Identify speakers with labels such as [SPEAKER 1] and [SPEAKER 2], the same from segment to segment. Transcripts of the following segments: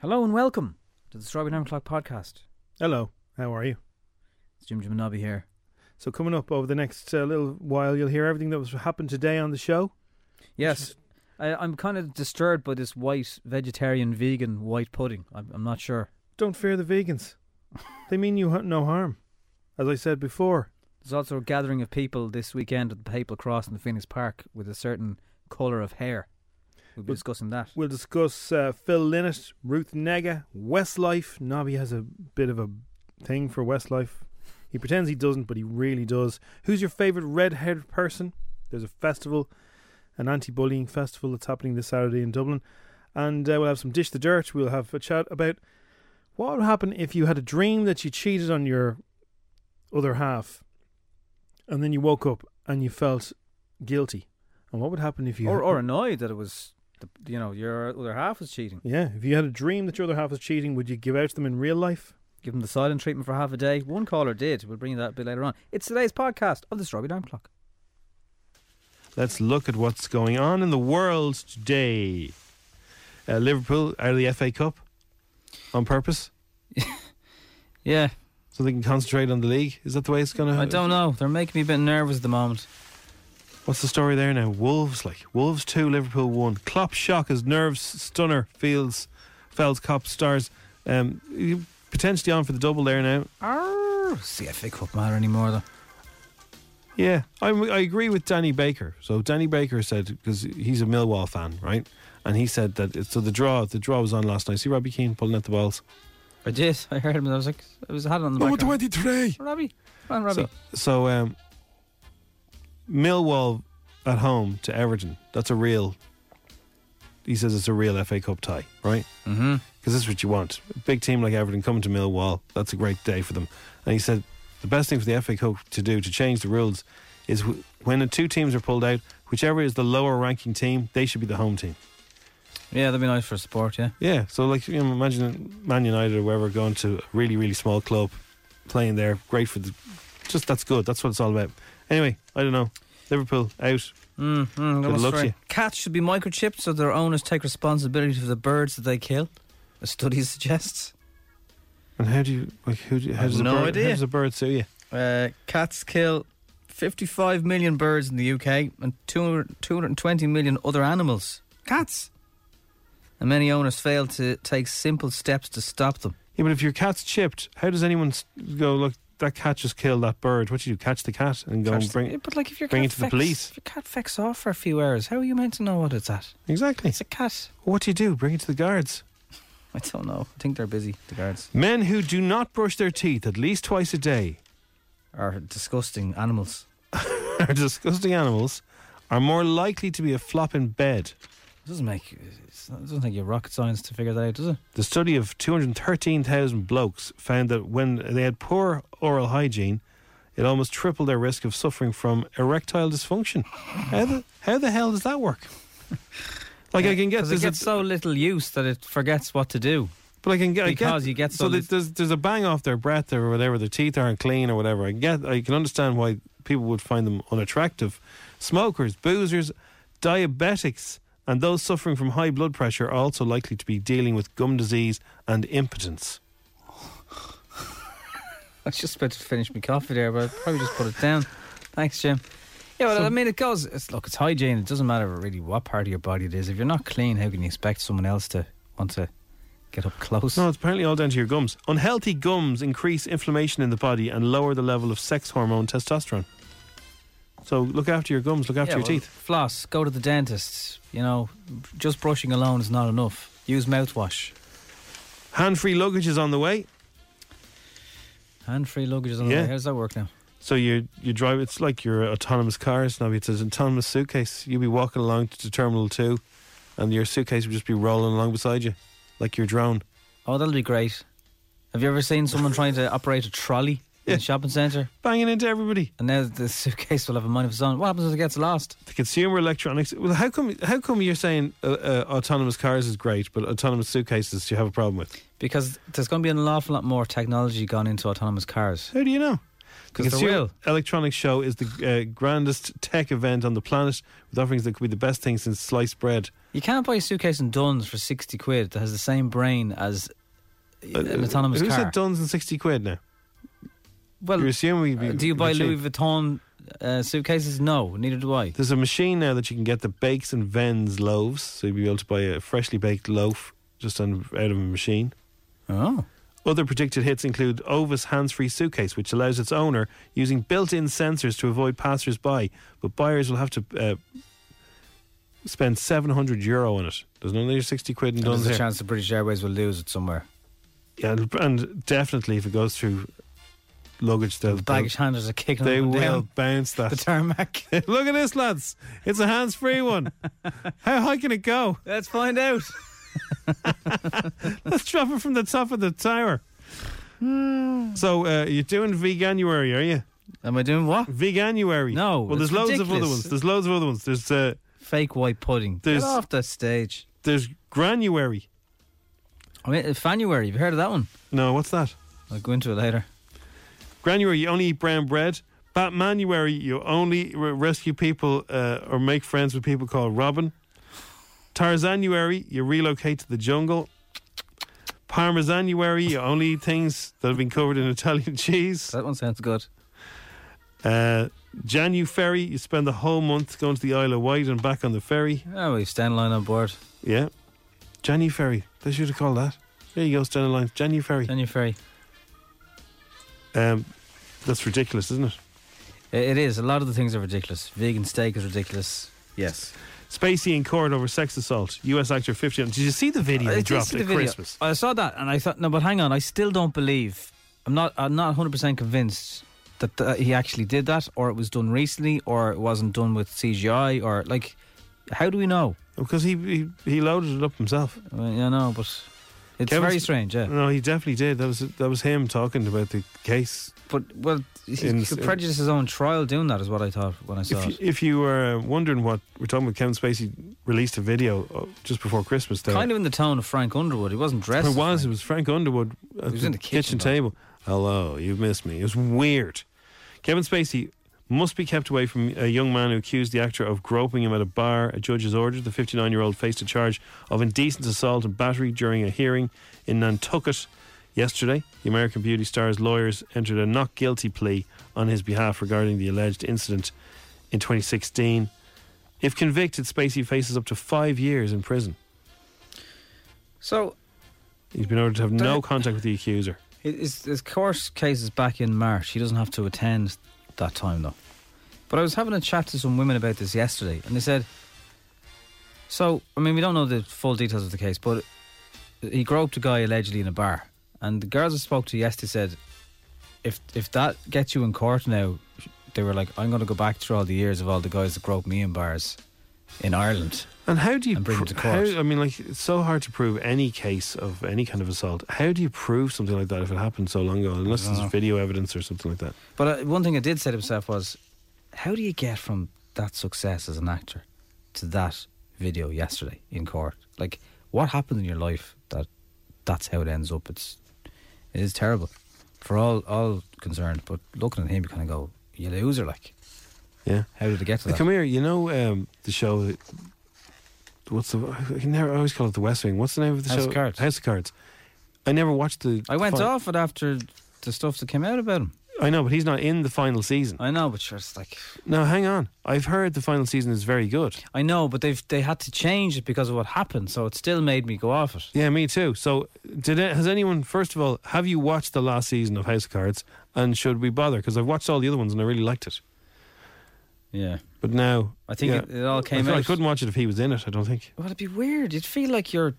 [SPEAKER 1] Hello and welcome to the Strawberry Nine O'Clock Podcast.
[SPEAKER 2] Hello, how are you?
[SPEAKER 1] It's Jim Jimanobby here.
[SPEAKER 2] So coming up over the next uh, little while, you'll hear everything that was happened today on the show.
[SPEAKER 1] Yes, I, I'm kind of disturbed by this white vegetarian vegan white pudding. I'm, I'm not sure.
[SPEAKER 2] Don't fear the vegans; they mean you ha- no harm. As I said before,
[SPEAKER 1] There's also a gathering of people this weekend at the Papal Cross in the Phoenix Park with a certain colour of hair. We'll be
[SPEAKER 2] But-
[SPEAKER 1] discussing that.
[SPEAKER 2] we'll discuss uh, Phil Lynott, Ruth Nega, Westlife. Nobby has a bit of a thing for Westlife. He pretends he doesn't, but he really does. Who's your favourite red-haired person? There's a festival, an anti-bullying festival that's happening this Saturday in Dublin, and uh, we'll have some dish the dirt. We'll have a chat about what would happen if you had a dream that you cheated on your other half, and then you woke up and you felt guilty, and what would happen if you
[SPEAKER 1] Or, or annoyed that it was, the, you know, your other half was cheating.
[SPEAKER 2] Yeah, if you had a dream that your other half was cheating, would you give out to them in real life?
[SPEAKER 1] Give them the silent treatment for half a day. One caller did. We'll bring you that a bit later on. It's today's podcast of the Strawberry Nine O'Clock.
[SPEAKER 2] Let's look at what's going on in the world today. Uh, Liverpool out of the FA Cup on purpose,
[SPEAKER 3] Yeah,
[SPEAKER 2] so they can concentrate on the league. Is that the way it's going to?
[SPEAKER 3] I don't know. They're making me a bit nervous at the moment.
[SPEAKER 2] What's the story there now? Wolves like Wolves two, Liverpool one. Klopp shock as nerves stunner Fields, Fells Cop stars. Um, you- potentially on for the double there now.
[SPEAKER 3] Arr, CFA Cup matter anymore though.
[SPEAKER 2] Yeah, I, I agree with Danny Baker. So Danny Baker said because he's a Millwall fan, right? And he said that it, so the draw the draw was on last night. See Robbie Keane pulling at the balls.
[SPEAKER 3] I did. I heard him. and I was like, I was had it on the
[SPEAKER 4] Number
[SPEAKER 3] back.
[SPEAKER 4] 23.
[SPEAKER 3] Robbie, come on, Robbie.
[SPEAKER 2] So, so um, Millwall at home to Everton. That's a real. He says it's a real FA Cup tie, right?
[SPEAKER 3] mm-hmm.
[SPEAKER 2] Because that's what you want. A big team like Everton coming to Millwall. That's a great day for them. And he said the best thing for the FA Cup to do to change the rules is wh- when the two teams are pulled out, whichever is the lower ranking team, they should be the home team.
[SPEAKER 3] Yeah, that'd be nice for sport. Yeah.
[SPEAKER 2] Yeah, so like you know, imagine Man United or wherever going to a really really small club, playing there, great for the, just that's good. That's what it's all about. Anyway, I don't know. Liverpool out.
[SPEAKER 3] Mm, mm, that
[SPEAKER 2] Good
[SPEAKER 3] was
[SPEAKER 2] luck to
[SPEAKER 3] right.
[SPEAKER 2] you.
[SPEAKER 3] Cats should be microchipped so their owners take responsibility for the birds that they kill. A study suggests.
[SPEAKER 2] And how do you like who? Do, how
[SPEAKER 3] I've
[SPEAKER 2] does
[SPEAKER 3] no
[SPEAKER 2] a bird,
[SPEAKER 3] idea.
[SPEAKER 2] How does a bird sue you?
[SPEAKER 3] Uh, cats kill 55 million birds in the UK and 200, 220 million other animals. Cats. And many owners fail to take simple steps to stop them.
[SPEAKER 2] Yeah, but if your cat's chipped, how does anyone s- go look? That cat just killed that bird. What do you do? Catch the cat and go
[SPEAKER 3] Catch
[SPEAKER 2] and bring
[SPEAKER 3] the- but like if your
[SPEAKER 2] bring
[SPEAKER 3] cat
[SPEAKER 2] it to the
[SPEAKER 3] fecks-
[SPEAKER 2] police.
[SPEAKER 3] If your cat fecks off for a few hours, how are you meant to know what it's at?
[SPEAKER 2] exactly.
[SPEAKER 3] It's a cat.
[SPEAKER 2] What do you do? Bring it to the guards.
[SPEAKER 3] I don't know. I think they're busy. The guards
[SPEAKER 2] Men who do not brush their teeth at least twice a day
[SPEAKER 3] are disgusting animals.
[SPEAKER 2] are disgusting animals. Are more likely to be a flop in bed.
[SPEAKER 3] It doesn't make it's not, it doesn't take you rocket science to figure that out, does it?
[SPEAKER 2] The study of 213,000 blokes found that when they had poor oral hygiene, it almost tripled their risk of suffering from erectile dysfunction. How the, how the hell does that work? Like I can get
[SPEAKER 3] because it
[SPEAKER 2] there's
[SPEAKER 3] gets
[SPEAKER 2] a,
[SPEAKER 3] so little use that it forgets what to do.
[SPEAKER 2] but I can get I
[SPEAKER 3] because you get
[SPEAKER 2] so
[SPEAKER 3] so
[SPEAKER 2] there's,
[SPEAKER 3] lit-
[SPEAKER 2] there's there's a bang off their breath or whatever. Their teeth aren't clean or whatever. I can get I can understand why people would find them unattractive. Smokers, boozers, diabetics, and those suffering from high blood pressure are also likely to be dealing with gum disease and impotence.
[SPEAKER 3] I was just about to finish my coffee there, but I probably just put it down. Thanks, Jim. Yeah, well,
[SPEAKER 2] So-
[SPEAKER 3] I mean, it goes. It's, look, it's hygiene. It doesn't matter really what part of your body it is. If you're not clean, how can you expect someone else to want to get up close?
[SPEAKER 2] No, it's apparently all down to your gums. Unhealthy gums increase inflammation in the body and lower the level of sex hormone testosterone. So look after your gums, look after
[SPEAKER 3] Yeah,
[SPEAKER 2] your
[SPEAKER 3] well,
[SPEAKER 2] teeth.
[SPEAKER 3] Floss. Go to the dentist. You know, just brushing alone is not enough. Use mouthwash.
[SPEAKER 2] Hand free luggage is on the way.
[SPEAKER 3] Hand-free luggage is on
[SPEAKER 2] Yeah.
[SPEAKER 3] the way. How does that work now?
[SPEAKER 2] So you you drive it's like your autonomous cars now it's an autonomous suitcase. You'll be walking along to terminal two and your suitcase will just be rolling along beside you. Like your drone.
[SPEAKER 3] Oh, that'll be great. Have you ever seen someone trying to operate a trolley in
[SPEAKER 2] Yeah.
[SPEAKER 3] a shopping centre?
[SPEAKER 2] Banging into everybody.
[SPEAKER 3] And now the suitcase will have a mind of its own. What happens if it gets lost?
[SPEAKER 2] The consumer electronics well how come how come you're saying uh, uh, autonomous cars is great but autonomous suitcases you have a problem with?
[SPEAKER 3] Because there's going to be an awful lot more technology gone into autonomous cars.
[SPEAKER 2] How do you know?
[SPEAKER 3] 'Cause
[SPEAKER 2] The
[SPEAKER 3] there
[SPEAKER 2] Consumer
[SPEAKER 3] will.
[SPEAKER 2] Electronics Show is the uh, grandest tech event on the planet with offerings that could be the best thing since sliced bread.
[SPEAKER 3] You can't buy a suitcase in Duns for 60 quid that has the same brain as an
[SPEAKER 2] Uh,
[SPEAKER 3] autonomous
[SPEAKER 2] Who
[SPEAKER 3] car.
[SPEAKER 2] said Duns and 60 quid now?
[SPEAKER 3] well,
[SPEAKER 2] You're assuming we'd be,
[SPEAKER 3] uh, do you buy
[SPEAKER 2] we'd be
[SPEAKER 3] Louis
[SPEAKER 2] cheap.
[SPEAKER 3] Vuitton uh, suitcases? No, neither do I.
[SPEAKER 2] There's a machine now that you can get that bakes and vends loaves, so you'll be able to buy a freshly baked loaf just on, out of a machine.
[SPEAKER 3] Oh.
[SPEAKER 2] Other predicted hits include Ovis hands free suitcase, which allows its owner using built in sensors to avoid passers by, but buyers will have to uh, spend 700 euro on it. There's another 60 quid
[SPEAKER 3] And
[SPEAKER 2] in
[SPEAKER 3] there's
[SPEAKER 2] Duns
[SPEAKER 3] a
[SPEAKER 2] here.
[SPEAKER 3] chance the British Airways will lose it somewhere.
[SPEAKER 2] Yeah, and- and definitely if it goes through luggage, they'll,
[SPEAKER 3] The baggage handlers are kicking
[SPEAKER 2] they
[SPEAKER 3] them
[SPEAKER 2] will
[SPEAKER 3] down
[SPEAKER 2] bounce
[SPEAKER 3] the
[SPEAKER 2] that.
[SPEAKER 3] tarmac.
[SPEAKER 2] Look at this, lads. It's a hands free one. How high can it go?
[SPEAKER 3] Let's find out.
[SPEAKER 2] Let's drop it from the top of the tower. so uh, you're doing Veganuary, are you?
[SPEAKER 3] Am I doing what?
[SPEAKER 2] Veganuary.
[SPEAKER 3] No,
[SPEAKER 2] Well, there's
[SPEAKER 3] it's
[SPEAKER 2] loads of other
[SPEAKER 3] ridiculous.
[SPEAKER 2] ones. There's loads of other ones. There's uh,
[SPEAKER 3] Fake white pudding.
[SPEAKER 2] There's-
[SPEAKER 3] Get off that stage.
[SPEAKER 2] there's Granuary.
[SPEAKER 3] I mean, uh, Fanuary. Have you heard of that one?
[SPEAKER 2] No, what's that?
[SPEAKER 3] I'll go into it later.
[SPEAKER 2] Granuary, you only eat brown bread. Batmanuary, you only re- rescue people uh, or make friends with people called Robin. Tarzanuary, you relocate to the jungle. Parmesanuary, you only eat things that have been covered in Italian cheese.
[SPEAKER 3] That one sounds good.
[SPEAKER 2] Uh, January, you spend the whole month going to the Isle of Wight and back on the ferry.
[SPEAKER 3] Oh, we stand line on board.
[SPEAKER 2] Yeah. January, they should have called that. There you go, standing line. January.
[SPEAKER 3] January.
[SPEAKER 2] Um, that's ridiculous, isn't it?
[SPEAKER 3] It, it is. A lot of the things are ridiculous. Vegan steak is ridiculous. Yes.
[SPEAKER 2] Spacey in court over sex assault. U.S. actor 50. Did you see the video
[SPEAKER 3] I
[SPEAKER 2] he
[SPEAKER 3] did
[SPEAKER 2] dropped
[SPEAKER 3] see
[SPEAKER 2] at
[SPEAKER 3] the video.
[SPEAKER 2] Christmas?
[SPEAKER 3] I saw that and I thought, no, but hang on. I still don't believe. I'm not. I'm not 100 percent convinced that uh, he actually did that, or it was done recently, or it wasn't done with CGI, or like, how do we know?
[SPEAKER 2] Because he, he he loaded it up himself.
[SPEAKER 3] I, mean, I know, but it's
[SPEAKER 2] Kevin's- Mm.
[SPEAKER 3] very strange. Yeah.
[SPEAKER 2] No, he definitely did. That was that was him talking about the case.
[SPEAKER 3] But well, he
[SPEAKER 2] In-
[SPEAKER 3] could prejudice his own trial doing that is what I thought when I saw
[SPEAKER 2] If you,
[SPEAKER 3] it.
[SPEAKER 2] if you were wondering what we're talking about, Kevin Spacey released a video uh, just before Christmas. There,
[SPEAKER 3] Kind of in the tone of Frank Underwood. He wasn't dressed.
[SPEAKER 2] it
[SPEAKER 3] as
[SPEAKER 2] was. It
[SPEAKER 3] Frank.
[SPEAKER 2] was Frank Underwood at
[SPEAKER 3] He was in the kitchen, though.
[SPEAKER 2] table. Hello, you've missed me. It was weird. Kevin Spacey must be kept away from a young man who accused the actor of groping him at a bar. A judge's order. The 59 year old faced a charge of indecent assault and battery during a hearing in Nantucket yesterday. The American Beauty star's lawyers entered a not guilty plea on his behalf regarding the alleged incident in 2016. If convicted, Spacey faces up to five years in prison.
[SPEAKER 3] So
[SPEAKER 2] He's been ordered to have no
[SPEAKER 3] Don't-
[SPEAKER 2] contact with the accuser.
[SPEAKER 3] his, his court case is back in March. He doesn't have to attend that time though. But I was having a chat to some women about this yesterday, and they said, "So I mean, we don't know the full details of the case, but he groped a guy allegedly in a bar." And the girls I spoke to yesterday said, "If if that gets you in court now, they were like, I'm going to go back through all the years of all the guys that groped me in bars in Ireland."
[SPEAKER 2] And how do you
[SPEAKER 3] and bring them to
[SPEAKER 2] how-
[SPEAKER 3] court.
[SPEAKER 2] I mean, like it's so hard to prove any case of any kind of assault. How do you prove something like that if it happened so long ago? Unless there's
[SPEAKER 3] dunno.
[SPEAKER 2] video evidence or something like that.
[SPEAKER 3] But uh, one thing I did say to myself was, how do you get from that success as an actor to that video yesterday in court? Like, what happened in your life that that's how it ends up? It's it is terrible for all all concerned. But looking at him, you kind of go, you loser. Like,
[SPEAKER 2] Yeah.
[SPEAKER 3] how did it get to
[SPEAKER 2] Come
[SPEAKER 3] that?
[SPEAKER 2] here. You know um, the show. that- What's the? I can never. I always call it the West Wing. What's the name of the
[SPEAKER 3] House
[SPEAKER 2] show?
[SPEAKER 3] of Cards.
[SPEAKER 2] House of Cards. I never watched the.
[SPEAKER 3] I went
[SPEAKER 2] fi-
[SPEAKER 3] off it after the stuff that came out about him.
[SPEAKER 2] I know, but he's not in the final season.
[SPEAKER 3] I know, but sure, it's like
[SPEAKER 2] Now, hang on. I've heard the final season is very good.
[SPEAKER 3] I know, but they've they had to change it because of what happened, so it still made me go off it.
[SPEAKER 2] Yeah, me too. So, did it, has anyone? First of all, have you watched the last season of House of Cards? And should we bother? Because I've watched all the other ones and I really liked it.
[SPEAKER 3] Yeah,
[SPEAKER 2] But now,
[SPEAKER 3] I think
[SPEAKER 2] yeah.
[SPEAKER 3] it, it all
[SPEAKER 2] I,
[SPEAKER 3] came
[SPEAKER 2] thought
[SPEAKER 3] out.
[SPEAKER 2] I couldn't watch it if he was in it. I don't think.
[SPEAKER 3] Well, it'd be weird. You'd feel like you're,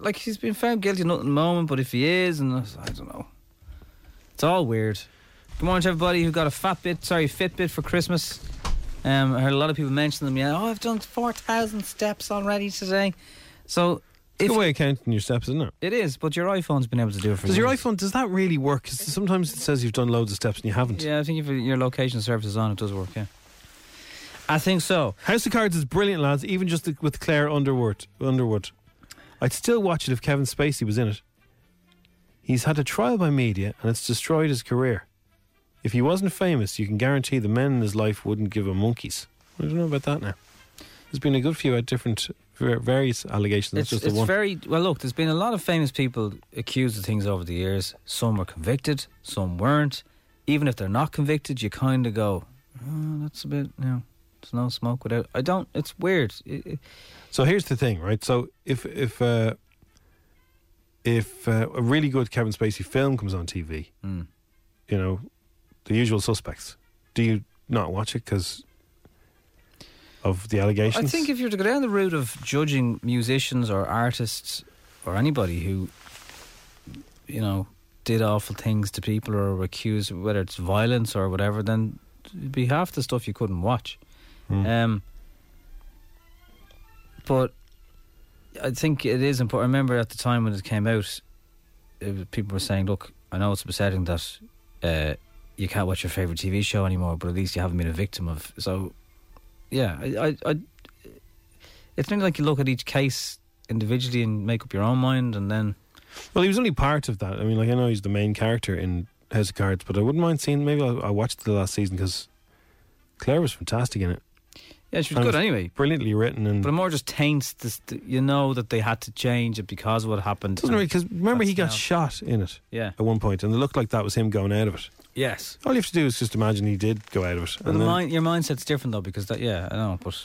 [SPEAKER 3] like he's been found guilty of nothing at the moment, but if he is, and uh, I don't know, it's all weird. Good morning to everybody who got a fat bit, sorry, Fitbit for Christmas. Um, I heard a lot of people mention them. Yeah, oh, I've done four thousand steps already today. So
[SPEAKER 2] It's
[SPEAKER 3] if
[SPEAKER 2] a way of counting your steps, isn't it?
[SPEAKER 3] it is, but your iPhone's been able to do it for
[SPEAKER 2] Does your
[SPEAKER 3] years.
[SPEAKER 2] iPhone? Does that really work? 'Cause sometimes it says you've done loads of steps and you haven't.
[SPEAKER 3] Yeah, I think if your location service is on, it does work. Yeah, I think so.
[SPEAKER 2] House of Cards is brilliant, lads. Even just with Claire Underwood. Underwood, I'd still watch it if Kevin Spacey was in it. He's had a trial by media, and it's destroyed his career. If he wasn't famous, you can guarantee the men in his life wouldn't give him monkeys. I don't know about that now. There's been a good few at different var- various allegations. That's
[SPEAKER 3] It's,
[SPEAKER 2] just
[SPEAKER 3] it's
[SPEAKER 2] the one.
[SPEAKER 3] very well. Look, there's been a lot of famous people accused of things over the years. Some were convicted, some weren't. Even if they're not convicted, you kind of go, oh, "That's a bit, you know, it's no smoke without." I don't. It's weird. It- it-
[SPEAKER 2] So here's the thing, right? So if if uh, if uh, a really good Kevin Spacey film comes on TV,
[SPEAKER 3] Mm.
[SPEAKER 2] you know, The Usual Suspects, do you not watch it because of the
[SPEAKER 3] I
[SPEAKER 2] allegations?
[SPEAKER 3] think if you're to go down the route of judging musicians or artists or anybody who, you know, did awful things to people or were accused, whether it's violence or whatever, then it'd be half the stuff you couldn't watch.
[SPEAKER 2] Mm.
[SPEAKER 3] Um, but I think it is important. I remember at the time when it came out, it was- people were saying, "Look, I know it's upsetting that uh, you can't watch your favorite TV show anymore, but at least you haven't been a victim of." So, yeah, I, I, I it's not like you look at each case individually and make up your own mind, and then
[SPEAKER 2] well, he was only part of that. I mean, like I know he's the main character in House of Cards, but I wouldn't mind seeing. Maybe I'll, I'll watch the last season because Claire was fantastic in it,
[SPEAKER 3] yeah, she was
[SPEAKER 2] And
[SPEAKER 3] good
[SPEAKER 2] it's-
[SPEAKER 3] anyway.
[SPEAKER 2] brilliantly written, and
[SPEAKER 3] But it more just taints this. You know that they had to change it because of what happened.
[SPEAKER 2] doesn't really. Oh. Because remember, he got
[SPEAKER 3] That's
[SPEAKER 2] shot in it
[SPEAKER 3] Yeah.
[SPEAKER 2] at one point, and it looked like that was him going out of it.
[SPEAKER 3] Yes.
[SPEAKER 2] All you have to do is just imagine he did go out of it.
[SPEAKER 3] But
[SPEAKER 2] and
[SPEAKER 3] the
[SPEAKER 2] then-
[SPEAKER 3] mind, your mindset's different though, because that, yeah, I know. But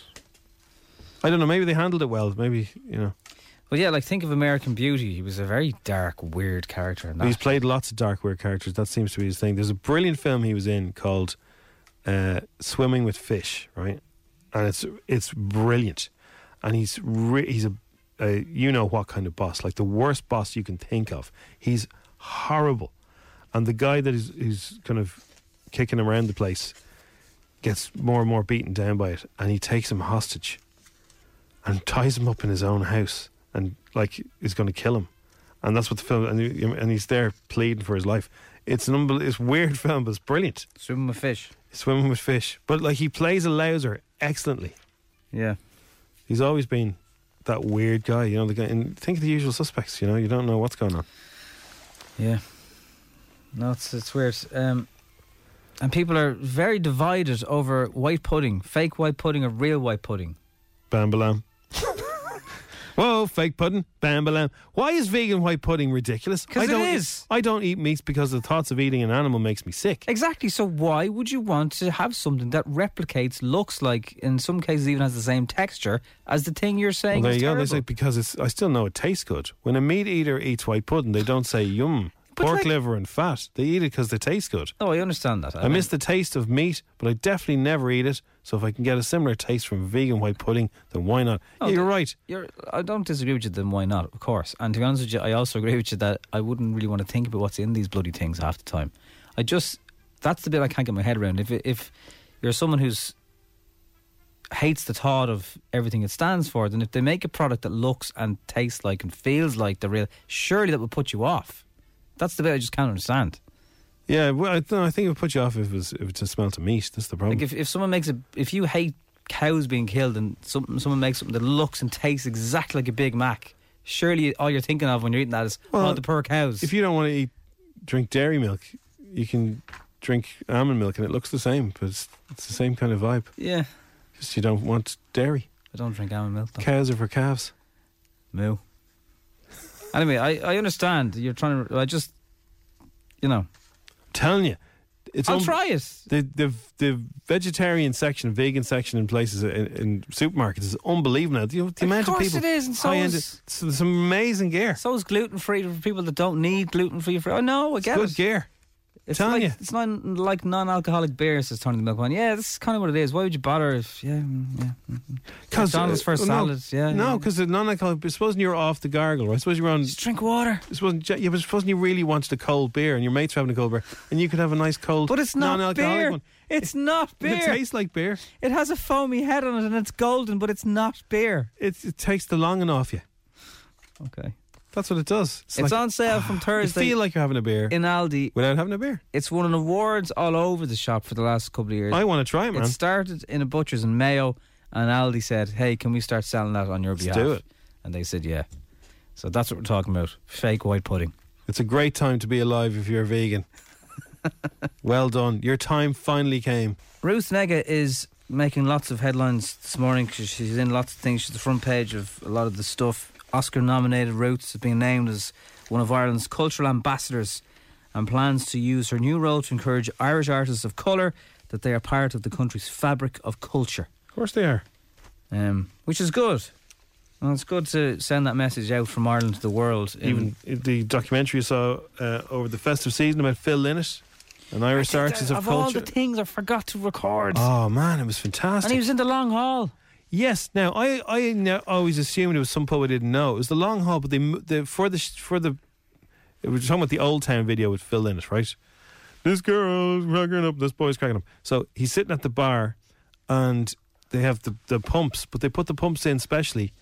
[SPEAKER 2] I don't know. Maybe they handled it well. Maybe you know
[SPEAKER 3] but yeah, like think of American Beauty. He was a very dark, weird character in that.
[SPEAKER 2] he's played lots of dark weird characters. That seems to be his thing. There's a brilliant film he was in called uh, "Swimming with Fish," right? And it's it's brilliant. And he's re- he's a, a you know what kind of boss, like the worst boss you can think of. He's horrible. And the guy that is who's kind of kicking him around the place gets more and more beaten down by it, and he takes him hostage and ties him up in his own house, and like is going to kill him. And that's what the film, and, he, and he's there pleading for his life. It's an unbel- it's a weird film, but it's brilliant.
[SPEAKER 3] swimming with fish.
[SPEAKER 2] Swimming with fish, but like he plays a louser excellently.
[SPEAKER 3] Yeah,
[SPEAKER 2] He's always been that weird guy, you know. The guy, and think of the usual suspects. You know, you don't know what's going on.
[SPEAKER 3] yeah. No, it's it's weird. Um, and people are very divided over white pudding, fake white pudding or real white pudding.
[SPEAKER 2] Bam balam. Whoa, fake pudding, bam balam. Why is vegan white pudding ridiculous?
[SPEAKER 3] 'Cause
[SPEAKER 2] I
[SPEAKER 3] it
[SPEAKER 2] don't,
[SPEAKER 3] is.
[SPEAKER 2] I don't eat meats because the thoughts of eating an animal makes me sick.
[SPEAKER 3] Exactly. So why would you want to have something that replicates, looks like, in some cases even has the same texture as the thing you're saying?
[SPEAKER 2] Well, there
[SPEAKER 3] is
[SPEAKER 2] you go. They
[SPEAKER 3] terrible?
[SPEAKER 2] say because it's. I still know it tastes good. When a meat eater eats white pudding, they don't say yum.
[SPEAKER 3] But
[SPEAKER 2] Pork
[SPEAKER 3] like-
[SPEAKER 2] liver and fat. They eat it because they taste good.
[SPEAKER 3] No, Oh, I understand that.
[SPEAKER 2] I miss the taste of meat, but I definitely never eat it. So if I can get a similar taste from vegan white pudding, then why not?
[SPEAKER 3] Oh,
[SPEAKER 2] Yeah, you're
[SPEAKER 3] the-
[SPEAKER 2] right.
[SPEAKER 3] You're, I don't disagree with you. Then why not? Of course. And to be honest with you, I also agree with you that I wouldn't really want to think about what's in these bloody things half the time. I just that's the bit I can't get my head around. If if you're someone who's hates the thought of everything it stands for, then if they make a product that looks and tastes like and feels like the real, surely that would put you off. That's the bit I just can't understand.
[SPEAKER 2] Yeah, well, I, no, I think it would put you off if it was if it's a smell to meat. That's the problem.
[SPEAKER 3] Like if, if someone makes a if you hate cows being killed and something someone makes something that looks and tastes exactly like a Big Mac, surely all you're thinking of when you're eating that is
[SPEAKER 2] Well,
[SPEAKER 3] oh the poor cows.
[SPEAKER 2] if you don't want to eat, drink dairy milk, you can drink almond milk, and it looks the same, but it's, it's the same kind of vibe.
[SPEAKER 3] yeah,
[SPEAKER 2] Just you don't want dairy.
[SPEAKER 3] I don't drink almond milk. Though.
[SPEAKER 2] Cows are for calves.
[SPEAKER 3] Moo. Anyway, I I understand you're trying to. I just you know
[SPEAKER 2] telling you, it's
[SPEAKER 3] I'll
[SPEAKER 2] un-
[SPEAKER 3] try it.
[SPEAKER 2] The, the the vegetarian section, vegan section in places uh, in, in supermarkets is unbelievable. now. Do you, do
[SPEAKER 3] Of
[SPEAKER 2] you imagine
[SPEAKER 3] course
[SPEAKER 2] people?
[SPEAKER 3] it is, and so
[SPEAKER 2] high-end-
[SPEAKER 3] is-
[SPEAKER 2] it's, it's amazing gear.
[SPEAKER 3] So is gluten free for people that don't need gluten free. I know, I
[SPEAKER 2] It's
[SPEAKER 3] get
[SPEAKER 2] good
[SPEAKER 3] it.
[SPEAKER 2] gear.
[SPEAKER 3] It's
[SPEAKER 2] Telling
[SPEAKER 3] like
[SPEAKER 2] you.
[SPEAKER 3] it's not like non-alcoholic beer. Says Tony the Milkman. Yeah, that's kind of what it is. Why would you bother? If, yeah, mm, yeah. McDonald's for
[SPEAKER 2] uh, no,
[SPEAKER 3] salads, yeah,
[SPEAKER 2] No,
[SPEAKER 3] yeah.
[SPEAKER 2] because the non-alcoholic. oh, Supposing you're off the gargle, right? Suppose you're on.
[SPEAKER 3] Just drink water.
[SPEAKER 2] Supposing, yeah, but supposing you really wanted a cold beer, and your mates were having a cold beer, and you could have a nice cold,
[SPEAKER 3] But it's not
[SPEAKER 2] non-alcoholic
[SPEAKER 3] beer.
[SPEAKER 2] one.
[SPEAKER 3] It's not beer.
[SPEAKER 2] It tastes like beer.
[SPEAKER 3] It has a foamy head on it and it's golden, but it's not beer.
[SPEAKER 2] It, it takes the longing off you.
[SPEAKER 3] Okay.
[SPEAKER 2] That's what it does.
[SPEAKER 3] It's,
[SPEAKER 2] like-
[SPEAKER 3] on sale from Thursday
[SPEAKER 2] You feel like you're having a beer
[SPEAKER 3] in Aldi.
[SPEAKER 2] without having a beer.
[SPEAKER 3] It's won an awards all over the shop for the last couple of years.
[SPEAKER 2] I want to try it, man.
[SPEAKER 3] It started in a butcher's in Mayo, and Aldi said, "Hey, can we start selling that on your
[SPEAKER 2] Let's
[SPEAKER 3] behalf?"
[SPEAKER 2] do it.
[SPEAKER 3] And they said, "Yeah." So that's what we're talking about: fake white pudding.
[SPEAKER 2] It's a great time to be alive if you're a vegan. well done. Your time finally came.
[SPEAKER 3] Ruth Nega is making lots of headlines this morning 'cause she's in lots of things. She's the front page of a lot of the stuff. Oscar-nominated Ruth has been named as one of Ireland's cultural ambassadors, and plans to use her new role to encourage Irish artists of colour that they are part of the country's fabric of culture.
[SPEAKER 2] Of course they are.
[SPEAKER 3] um, which is good. Well, it's good to send that message out from Ireland to the world. in-
[SPEAKER 2] Even the documentary you saw uh, over the festive season about Phil Linnet, an Irish artist of,
[SPEAKER 3] of Ah, all
[SPEAKER 2] culture.
[SPEAKER 3] the things I forgot to record,
[SPEAKER 2] oh man, it was
[SPEAKER 3] and
[SPEAKER 2] fantastic.
[SPEAKER 3] he was in the long haul.
[SPEAKER 2] yes. Now I I now always assumed it was some poet I didn't know. It was the long haul, but they mo- the for the sh- for the it was talking about the old town video with Phil Linnet, right? This girl's cracking up. This boy's cracking up. So he's sitting at the bar, and they have the the pumps, but they put the pumps in specially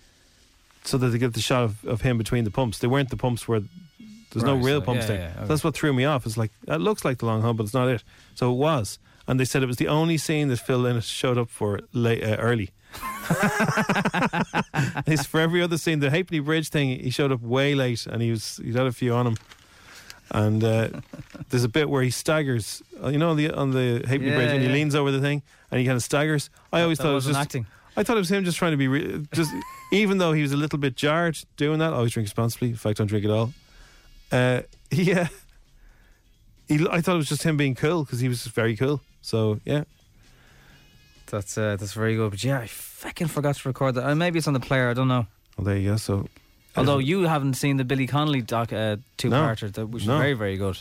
[SPEAKER 2] so that they get the shot of, of him between the pumps. They weren't the pumps where there's no
[SPEAKER 3] Right,
[SPEAKER 2] real
[SPEAKER 3] so-
[SPEAKER 2] pumps
[SPEAKER 3] yeah,
[SPEAKER 2] there.
[SPEAKER 3] yeah, okay.
[SPEAKER 2] That's what threw me off. It's like that looks like the long haul, but it's not it. So it was, and they said it was the only scene that Phil Lynott showed up for late, uh, early. It's for every other scene, the Halfpenny Bridge thing, he showed up way late, and he was he'd had a few on him. And uh, there's a bit where he staggers, uh, you know, on the on the Halfpenny
[SPEAKER 3] Yeah,
[SPEAKER 2] Bridge, and
[SPEAKER 3] yeah.
[SPEAKER 2] he leans over the thing and he kind of staggers. I always
[SPEAKER 3] That
[SPEAKER 2] thought it was
[SPEAKER 3] wasn't
[SPEAKER 2] just
[SPEAKER 3] acting.
[SPEAKER 2] I thought it was him just trying to be re- just, even though he was a little bit jarred doing that. I always drink responsibly. In fact, I don't drink at all. Uh, yeah, he, I thought it was just him being cool because he was very cool. So yeah,
[SPEAKER 3] That's uh, that's very good. But yeah, I fucking forgot to record that. Uh, maybe it's on the player. I don't know.
[SPEAKER 2] well there you go. So
[SPEAKER 3] Although you haven't seen the Billy Connolly doc uh, two-parter, that which is
[SPEAKER 2] No.
[SPEAKER 3] very very good.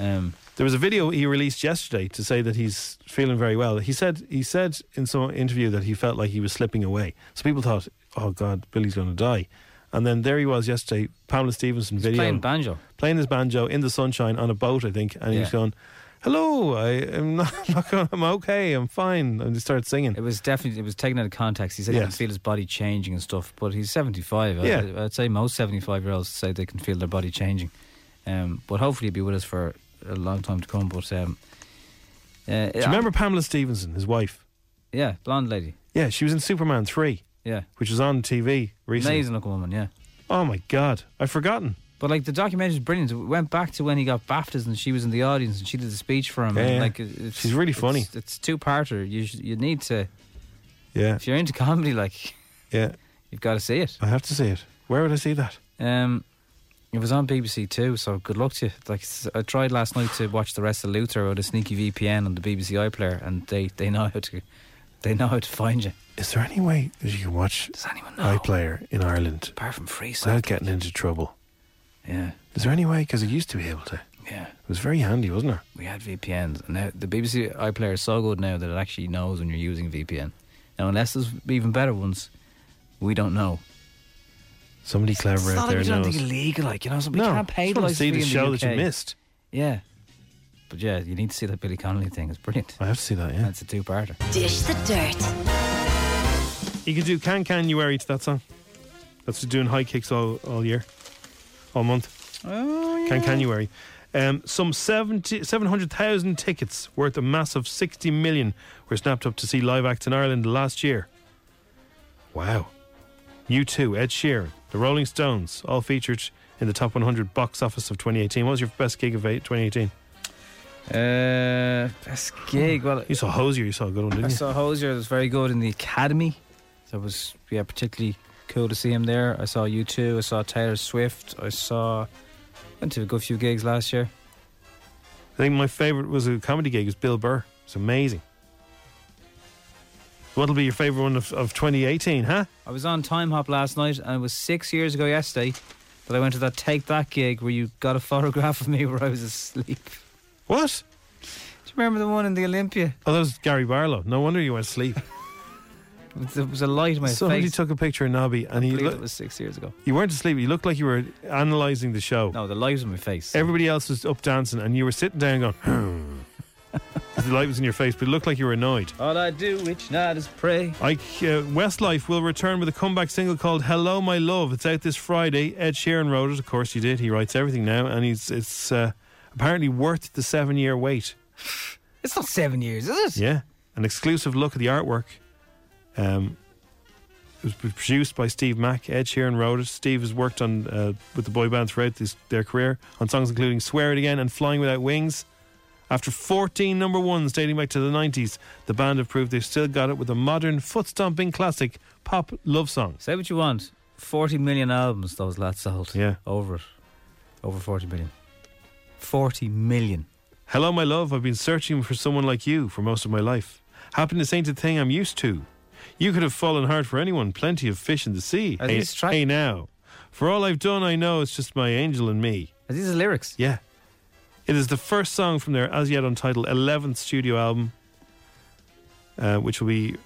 [SPEAKER 3] Um,
[SPEAKER 2] There was a video he released yesterday to say that he's feeling very well. He said he said in some interview that he felt like he was slipping away. So people thought, "Oh God, Billy's going to die," and then there he was yesterday, Pamela Stevenson video
[SPEAKER 3] playing banjo.
[SPEAKER 2] playing his banjo in the sunshine on a boat, I think, and
[SPEAKER 3] Yeah.
[SPEAKER 2] he's going, "Hello, I am not, I'm not going, I'm okay, I'm fine," and he started singing.
[SPEAKER 3] It was definitely it was taken out of context. He said he can
[SPEAKER 2] Yes.
[SPEAKER 3] feel his body changing and stuff, but he's seventy five.
[SPEAKER 2] Yeah.
[SPEAKER 3] I, I'd say most seventy five year olds say they can feel their body changing, um, but hopefully he'll be with us for a long time to come. But um, uh,
[SPEAKER 2] Do you remember Pamela Stevenson, his wife?
[SPEAKER 3] Yeah, blonde lady.
[SPEAKER 2] Yeah, she was in Superman three,
[SPEAKER 3] Yeah,
[SPEAKER 2] which was on TV recently.
[SPEAKER 3] amazing looking woman. Yeah,
[SPEAKER 2] Oh my God, I've forgotten.
[SPEAKER 3] but like the documentary is brilliant. It went back to when he got BAFTAs and she was in the audience and she did the speech for him.
[SPEAKER 2] Yeah,
[SPEAKER 3] and,
[SPEAKER 2] yeah.
[SPEAKER 3] like it- it's,
[SPEAKER 2] She's really
[SPEAKER 3] it's-
[SPEAKER 2] funny.
[SPEAKER 3] It's, two parter. You should, you need to
[SPEAKER 2] Yeah,
[SPEAKER 3] if you're into comedy, like
[SPEAKER 2] yeah,
[SPEAKER 3] you've got to see it.
[SPEAKER 2] I have to see it. Where would I see that?
[SPEAKER 3] Um, it was on BBC Two, so good luck to you. Like s- I tried last night to watch the rest of Luther with a sneaky VPN on the BBC iPlayer, and they, they know how to they know how to find you.
[SPEAKER 2] Is there any way that you can watch
[SPEAKER 3] Does anyone know?
[SPEAKER 2] iPlayer in Ireland
[SPEAKER 3] Apart from free
[SPEAKER 2] without
[SPEAKER 3] side.
[SPEAKER 2] getting into trouble?
[SPEAKER 3] Yeah,
[SPEAKER 2] Is there any way? Because it used to be able to. It
[SPEAKER 3] yeah.
[SPEAKER 2] was very handy, wasn't it?
[SPEAKER 3] We had VPNs, and now the BBC iPlayer is so good now that it actually knows when you're using a VPN. Now, unless there's even better ones, we don't know.
[SPEAKER 2] Somebody
[SPEAKER 3] It's
[SPEAKER 2] clever
[SPEAKER 3] not
[SPEAKER 2] out
[SPEAKER 3] like
[SPEAKER 2] there
[SPEAKER 3] we don't
[SPEAKER 2] knows.
[SPEAKER 3] think it's legal, like you know, somebody
[SPEAKER 2] no,
[SPEAKER 3] can't pay
[SPEAKER 2] just want to
[SPEAKER 3] license
[SPEAKER 2] see
[SPEAKER 3] fee
[SPEAKER 2] the
[SPEAKER 3] in
[SPEAKER 2] show
[SPEAKER 3] UK.
[SPEAKER 2] that you missed.
[SPEAKER 3] Yeah, but yeah, you need to see that Billy Connolly thing. It's brilliant.
[SPEAKER 2] I have to see that. Yeah,
[SPEAKER 3] That's a two-parter.
[SPEAKER 5] Dish the dirt.
[SPEAKER 2] you could do "Can Can You Wear" to that song. That's doing high kicks all, all year, all month.
[SPEAKER 3] Oh,
[SPEAKER 2] Can Can You Wear. Um, some 70 700,000 tickets worth a massive 60 million were snapped up to see live acts in Ireland last year. Wow. U2, Ed Sheeran, The Rolling Stones, all featured in the top 100 box office of 2018. What was your best gig of eight- 2018?
[SPEAKER 3] Uh, best gig. Well,
[SPEAKER 2] You saw Hosier, you saw a good one, didn't
[SPEAKER 3] I
[SPEAKER 2] you?
[SPEAKER 3] saw Hosier was very good in the academy. That was yeah, particularly cool to see him there. I saw you two. I saw Taylor Swift. I saw went to a good few gigs last year.
[SPEAKER 2] I think my favorite was a comedy gig. It was Bill Burr. It's amazing. What'll be your favorite one of, of 2018, huh?
[SPEAKER 3] I was on Time Hop last night, and it was six years ago yesterday that I went to that Take That gig where you got a photograph of me where I was asleep.
[SPEAKER 2] What?
[SPEAKER 3] Do you remember the one in the Olympia?
[SPEAKER 2] Oh, that was Gary Barlow. No wonder you went to sleep.
[SPEAKER 3] There was a light in my
[SPEAKER 2] Somebody
[SPEAKER 3] face.
[SPEAKER 2] took a picture of Nobby and
[SPEAKER 3] I
[SPEAKER 2] he
[SPEAKER 3] believe
[SPEAKER 2] looked.
[SPEAKER 3] it was six years ago.
[SPEAKER 2] You weren't asleep. You looked like you were analysing the show.
[SPEAKER 3] No, the light was in my face.
[SPEAKER 2] Everybody else was up dancing, and you were sitting down going. "Hmm." 'Cause the light was in your face, but it looked like you were annoyed.
[SPEAKER 3] All I do each night is pray.
[SPEAKER 2] I, uh, Westlife will return with a comeback single called "Hello My Love." It's out this Friday. Ed Sheeran wrote it, of course he did. He writes everything now, and he's it's uh, apparently worth the seven-year wait.
[SPEAKER 3] It's not seven years, is it?
[SPEAKER 2] Yeah, an exclusive look at the artwork. Um, it was p- produced by Steve Mack. Ed Sheeran wrote it. Steve has worked on uh, with the boy band throughout this, their career on songs including "Swear It Again" and "Flying Without Wings." After 14 number ones dating back to the 90s, the band have proved they've still got it with a modern, foot-stomping classic pop love song.
[SPEAKER 3] Say what you want. 40 million albums those lads sold.
[SPEAKER 2] Yeah.
[SPEAKER 3] Over it. Over 40 million. 40 million.
[SPEAKER 2] Hello, my love. I've been searching for someone like you for most of my life. Happiness ain't a thing I'm used to. You could have fallen hard for anyone. Plenty of fish in the sea.
[SPEAKER 3] Are
[SPEAKER 2] hey,
[SPEAKER 3] these track-
[SPEAKER 2] hey now. For all I've done, I know it's just my angel and me.
[SPEAKER 3] Are these the lyrics?
[SPEAKER 2] Yeah. It is the first song from their as yet untitled 11th studio album, uh, which will be,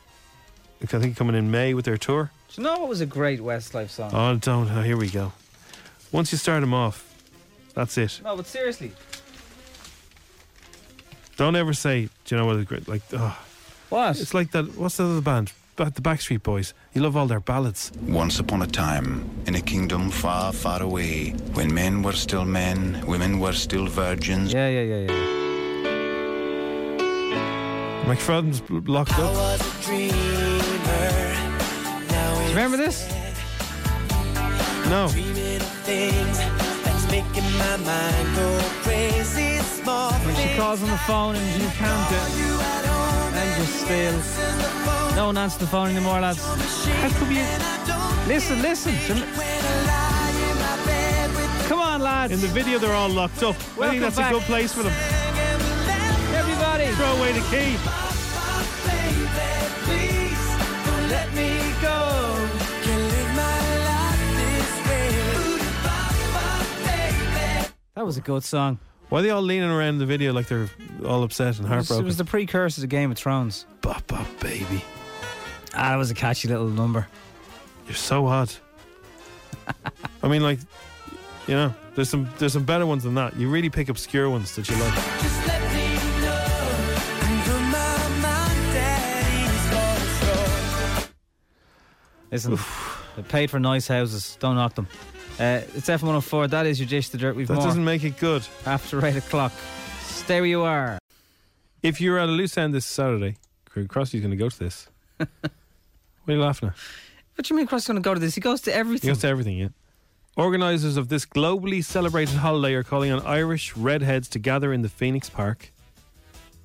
[SPEAKER 2] I think, coming in May with their tour.
[SPEAKER 3] Do you know what was a great Westlife song?
[SPEAKER 2] Oh, don't. Oh, here we go. Once you start them off, that's it.
[SPEAKER 3] No, but seriously.
[SPEAKER 2] Don't ever say, do you know what? a great- Like, oh.
[SPEAKER 3] What?
[SPEAKER 2] It's like that. What's the other band? Ba- The Backstreet Boys. You love all their ballads.
[SPEAKER 5] Once upon a time, in a kingdom far, far away, when men were still men, women were still virgins.
[SPEAKER 3] yeah, yeah, yeah, yeah.
[SPEAKER 2] McFadden's bl- locked up.
[SPEAKER 3] Do you remember this?
[SPEAKER 2] No,
[SPEAKER 3] When she calls on the phone and you can't do it. And you're still. No one answers the phone anymore, lads. How could you- Listen, listen. Come on, lads.
[SPEAKER 2] in the video they're all locked up. I
[SPEAKER 3] Welcome
[SPEAKER 2] think that's
[SPEAKER 3] back.
[SPEAKER 2] a good place for them.
[SPEAKER 3] Everybody.
[SPEAKER 2] Throw away the key.
[SPEAKER 3] Let me go. That was a good song.
[SPEAKER 2] Why are they all leaning around the video like they're all upset and
[SPEAKER 3] It was, it
[SPEAKER 2] heartbroken?
[SPEAKER 3] was the precursor to Game of Thrones.
[SPEAKER 2] Bop Bop Baby.
[SPEAKER 3] Ah, that was a catchy little number.
[SPEAKER 2] You're so hot. I mean, like, you know, there's some there's some better ones than that. You really pick obscure ones that you like.
[SPEAKER 3] Listen, they paid for nice houses. Don't knock them. Uh, it's F104. That is your dish to dirt. We've
[SPEAKER 2] That
[SPEAKER 3] more
[SPEAKER 2] doesn't make it good.
[SPEAKER 3] after 8 o'clock. Stay where you are.
[SPEAKER 2] If you're at a loose end this Saturday, Crossy's going to go to this. what are you laughing at?
[SPEAKER 3] What do you mean Cross is going to go to this? He goes to
[SPEAKER 2] He
[SPEAKER 3] everything.
[SPEAKER 2] goes to everything, yeah. Organisers of this globally celebrated holiday are calling on Irish redheads to gather in the Phoenix Park.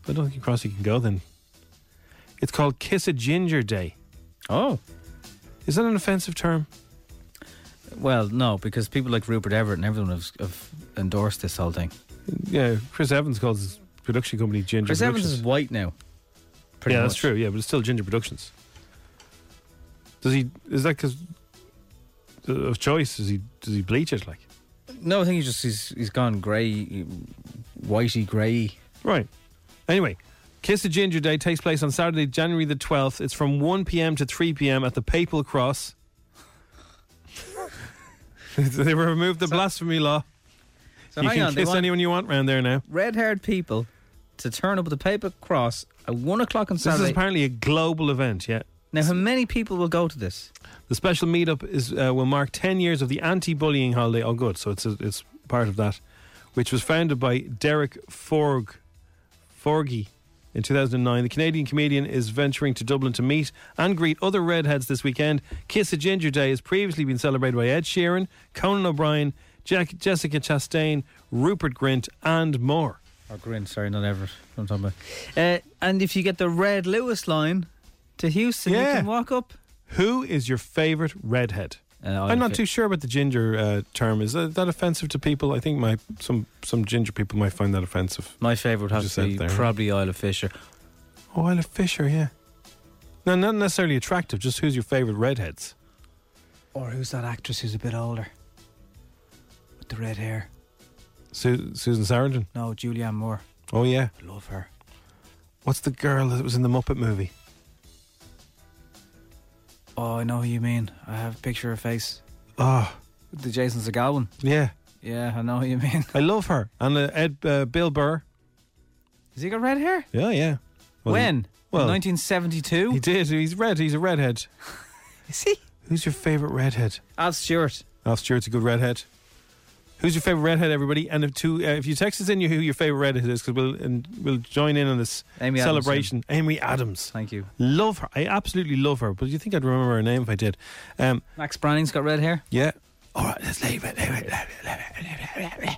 [SPEAKER 2] I don't think Crossy can go then. It's called Kiss a Ginger Day.
[SPEAKER 3] oh.
[SPEAKER 2] Is that an offensive term?
[SPEAKER 3] Well, no, because people like Rupert Everett and everyone have, have endorsed this whole thing.
[SPEAKER 2] Yeah, Chris Evans calls his production company Ginger
[SPEAKER 3] Chris Evans
[SPEAKER 2] Productions.
[SPEAKER 3] is white now. pretty
[SPEAKER 2] yeah, that's
[SPEAKER 3] much.
[SPEAKER 2] true. Yeah, but it's still Ginger Productions. Does he? Is that because of choice? Does he? Does he bleach it like?
[SPEAKER 3] No, I think he's just he's he's gone grey, whitey grey.
[SPEAKER 2] Right. Anyway, Kiss the Ginger Day takes place on Saturday, January the 12th. It's from 1 p.m. to 3 p.m. at the Papal Cross. they removed the blasphemy law.
[SPEAKER 3] So
[SPEAKER 2] you
[SPEAKER 3] hang
[SPEAKER 2] can
[SPEAKER 3] on, they
[SPEAKER 2] kiss
[SPEAKER 3] want
[SPEAKER 2] anyone you want round there now.
[SPEAKER 3] red-haired people to turn up at the paper cross at one o'clock on
[SPEAKER 2] This is
[SPEAKER 3] Saturday.
[SPEAKER 2] apparently a global event, yeah.
[SPEAKER 3] now, how many people will go to this?
[SPEAKER 2] The special meetup is uh, will mark 10 years of the anti-bullying holiday. Oh, good. So it's a, it's part of that, which was founded by Derek Forg, Forgy. In 2009, the Canadian comedian is venturing to Dublin to meet and greet other redheads this weekend. Kiss a Ginger Day has previously been celebrated by Ed Sheeran, Conan O'Brien, Jack, Jessica Chastain, Rupert Grint, and more.
[SPEAKER 3] Or Grin, sorry, not Everett. I'm talking about. Uh, and if you get the red Lewis line to Houston, you
[SPEAKER 2] Yeah.
[SPEAKER 3] can walk up.
[SPEAKER 2] Who is your favourite redhead?
[SPEAKER 1] Uh, I
[SPEAKER 2] I'm
[SPEAKER 1] would
[SPEAKER 2] not
[SPEAKER 1] fi-
[SPEAKER 2] too sure about the ginger uh, term. Is that, that offensive to people? I think my some some ginger people might find that offensive.
[SPEAKER 3] My favourite would have
[SPEAKER 2] Just
[SPEAKER 3] to
[SPEAKER 2] out
[SPEAKER 3] be
[SPEAKER 2] there.
[SPEAKER 3] probably Isle of Fisher.
[SPEAKER 2] Oh, Isla Fisher, yeah. No, not necessarily attractive. Just who's your favourite redheads?
[SPEAKER 3] Or who's that actress who's a bit older? With the red hair.
[SPEAKER 2] Su- Susan Sarandon.
[SPEAKER 3] No, Julianne Moore.
[SPEAKER 2] Oh yeah.
[SPEAKER 3] I love her.
[SPEAKER 2] What's the girl that was in the Muppet movie?
[SPEAKER 3] Oh, I know who you mean. I have a picture of her face.
[SPEAKER 2] Oh,
[SPEAKER 3] The Jason Segal one.
[SPEAKER 2] yeah.
[SPEAKER 3] Yeah, I know who you mean.
[SPEAKER 2] I love her. And uh, Ed uh, Bill Burr.
[SPEAKER 3] Has he got red hair?
[SPEAKER 2] Yeah, yeah. Well,
[SPEAKER 3] when?
[SPEAKER 2] well,
[SPEAKER 3] 1972?
[SPEAKER 2] He did. He's red. He's a redhead.
[SPEAKER 3] Is he?
[SPEAKER 2] Who's your favourite redhead?
[SPEAKER 3] Al Stewart.
[SPEAKER 2] Al Stewart's a good redhead. Who's your favourite redhead, everybody? And if two, uh, if you text us in, you who your favourite redhead is, because we'll and we'll join in on this
[SPEAKER 3] Amy Adams,
[SPEAKER 2] celebration. Amy Adams,
[SPEAKER 3] Thank you.
[SPEAKER 2] love her. I absolutely love her. But you think I'd remember her name if I did? Um,
[SPEAKER 3] Max Branning's got red hair.
[SPEAKER 2] yeah. All right, let's leave it. leave it, leave it, leave it, leave it, leave it.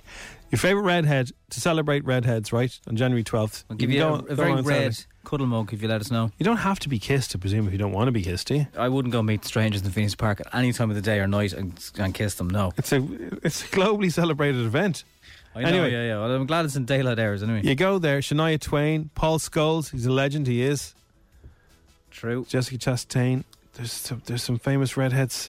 [SPEAKER 2] Your favourite redhead to celebrate redheads, right? On January twelfth,
[SPEAKER 3] I'll give you, a, a very red cuddle mug if you let us know.
[SPEAKER 2] You don't have to be kissed, I presume, if you don't want to be kissed, do you?
[SPEAKER 3] I wouldn't go meet strangers in Phoenix Park at any time of the day or night and, and kiss them. No.
[SPEAKER 2] It's a it's a globally celebrated event.
[SPEAKER 3] I know,
[SPEAKER 2] Anyway.
[SPEAKER 3] yeah, yeah. Well, I'm glad it's in daylight hours anyway.
[SPEAKER 2] You go there, Shania Twain, Paul Scholes, he's a legend, he is.
[SPEAKER 3] True.
[SPEAKER 2] Jessica Chastain. There's some, there's some famous redheads.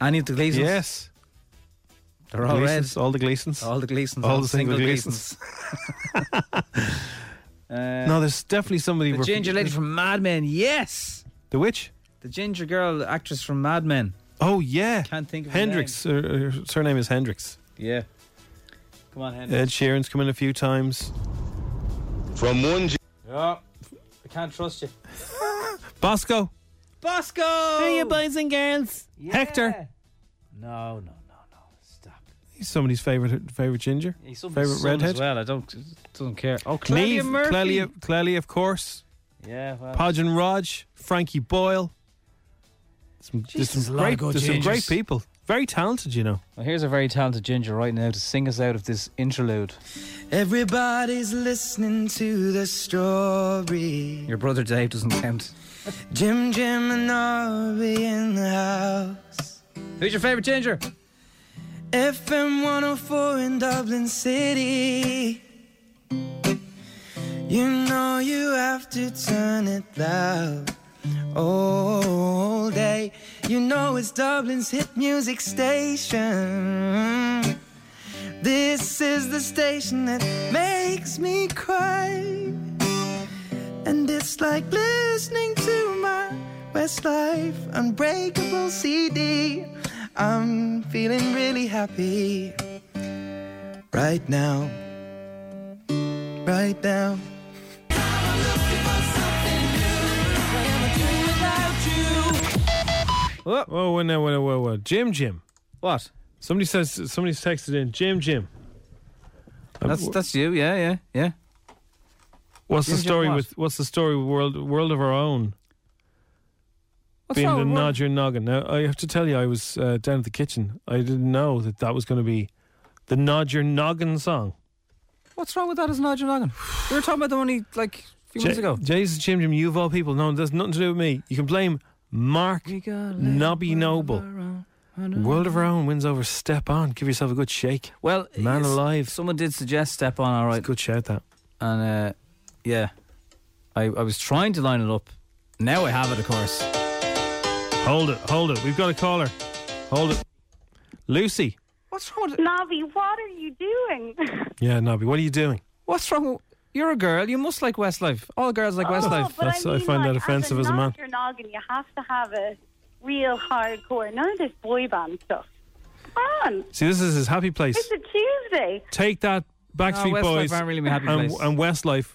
[SPEAKER 3] Any of the Gleesons.
[SPEAKER 2] Yes.
[SPEAKER 3] They're all red.
[SPEAKER 2] Gleasons, All the Gleasons.
[SPEAKER 3] All the Gleesons.
[SPEAKER 2] All the single Gleasons.
[SPEAKER 3] uh,
[SPEAKER 2] no, there's definitely somebody.
[SPEAKER 3] the
[SPEAKER 2] we're-
[SPEAKER 3] ginger lady from Mad Men. Yes.
[SPEAKER 2] The witch?
[SPEAKER 3] The ginger girl actress from Mad Men.
[SPEAKER 2] Oh, yeah.
[SPEAKER 3] Can't think of her
[SPEAKER 2] Hendrix. Her, her surname is Hendrix.
[SPEAKER 3] Yeah. Come on, Henry.
[SPEAKER 2] Ed Sheeran's come in a few times.
[SPEAKER 6] From one
[SPEAKER 3] Oh, I can't trust you.
[SPEAKER 2] Bosco.
[SPEAKER 3] Bosco!
[SPEAKER 2] Hey, you boys and girls. Hector.
[SPEAKER 3] No, no, no, no. Stop.
[SPEAKER 2] He's somebody's favourite favorite ginger.
[SPEAKER 3] He's
[SPEAKER 2] Favourite
[SPEAKER 3] favourite redhead?
[SPEAKER 2] redhead?
[SPEAKER 3] As well, I don't doesn't care. Oh, Clelia
[SPEAKER 2] Neve,
[SPEAKER 3] Murphy.
[SPEAKER 2] Clelia, Clelia, of course.
[SPEAKER 3] Yeah, well,
[SPEAKER 2] Podge and Raj, Frankie Boyle. Some, there's
[SPEAKER 3] Jesus,
[SPEAKER 2] some
[SPEAKER 3] lot of
[SPEAKER 2] great,
[SPEAKER 3] good
[SPEAKER 2] there's some great
[SPEAKER 3] gingers.
[SPEAKER 2] people. Very talented, you know.
[SPEAKER 3] well, here's a very talented ginger right now to sing us out of this interlude.
[SPEAKER 7] Everybody's listening to the story.
[SPEAKER 3] Your brother Dave doesn't count.
[SPEAKER 7] Jim, Jim, and Norby in the house.
[SPEAKER 3] Who's your favourite ginger?
[SPEAKER 2] Uh,
[SPEAKER 7] FM 104 in Dublin City. You know you have to turn it loud all day. You know it's Dublin's hit music station. This is the station that makes me cry. And it's like listening to my Westlife Unbreakable CD. I'm feeling really happy right now. Right now.
[SPEAKER 2] Whoa, whoa, no, whoa, whoa, whoa. Jim, Jim.
[SPEAKER 3] What?
[SPEAKER 2] Somebody says somebody's texted in. Jim, Jim. Uh,
[SPEAKER 3] That's that's you. Yeah, yeah, yeah.
[SPEAKER 2] What's
[SPEAKER 3] Jim,
[SPEAKER 2] the
[SPEAKER 3] Jim,
[SPEAKER 2] story
[SPEAKER 3] what?
[SPEAKER 2] with What's the story with World World of Our Own being the nod your noggin? Now I have to tell you, I was uh, down at the kitchen. I didn't know that that was going to be the nod your noggin song.
[SPEAKER 3] What's wrong with that as an Nigel Noggin? We were talking about them only like a few minutes
[SPEAKER 2] J-
[SPEAKER 3] ago.
[SPEAKER 2] Jay's Jim Jim, you of all people. No, there's nothing to do with me. You can blame Mark Nobby Noble. World of Our Own wins over Step On. Give yourself a good shake.
[SPEAKER 3] Well,
[SPEAKER 2] man
[SPEAKER 3] it's-
[SPEAKER 2] alive.
[SPEAKER 3] Someone did suggest Step On, all right.
[SPEAKER 2] good shout that.
[SPEAKER 3] And uh, yeah, I, I was trying to line it up. Now I have it, of course.
[SPEAKER 2] Hold it, hold it. We've got a caller. Hold it. Lucy.
[SPEAKER 3] What's wrong with
[SPEAKER 8] Navi, what are you doing?
[SPEAKER 2] Yeah, Nobby, what are you doing?
[SPEAKER 3] What's wrong? with- You're a girl. You must like Westlife. All girls like Westlife.
[SPEAKER 8] but
[SPEAKER 2] That's- I
[SPEAKER 8] mean,
[SPEAKER 2] find that
[SPEAKER 8] like,
[SPEAKER 2] offensive as a man.
[SPEAKER 8] knock Your noggin, you have to have a real hardcore. None of this boy band stuff. Come on.
[SPEAKER 2] See, this is his happy
[SPEAKER 8] It's
[SPEAKER 2] place.
[SPEAKER 8] a Tuesday.
[SPEAKER 2] Take that, Backstreet
[SPEAKER 3] No, Westlife
[SPEAKER 2] Boys.
[SPEAKER 3] aren't really my happy
[SPEAKER 2] and,
[SPEAKER 3] place.
[SPEAKER 2] and Westlife.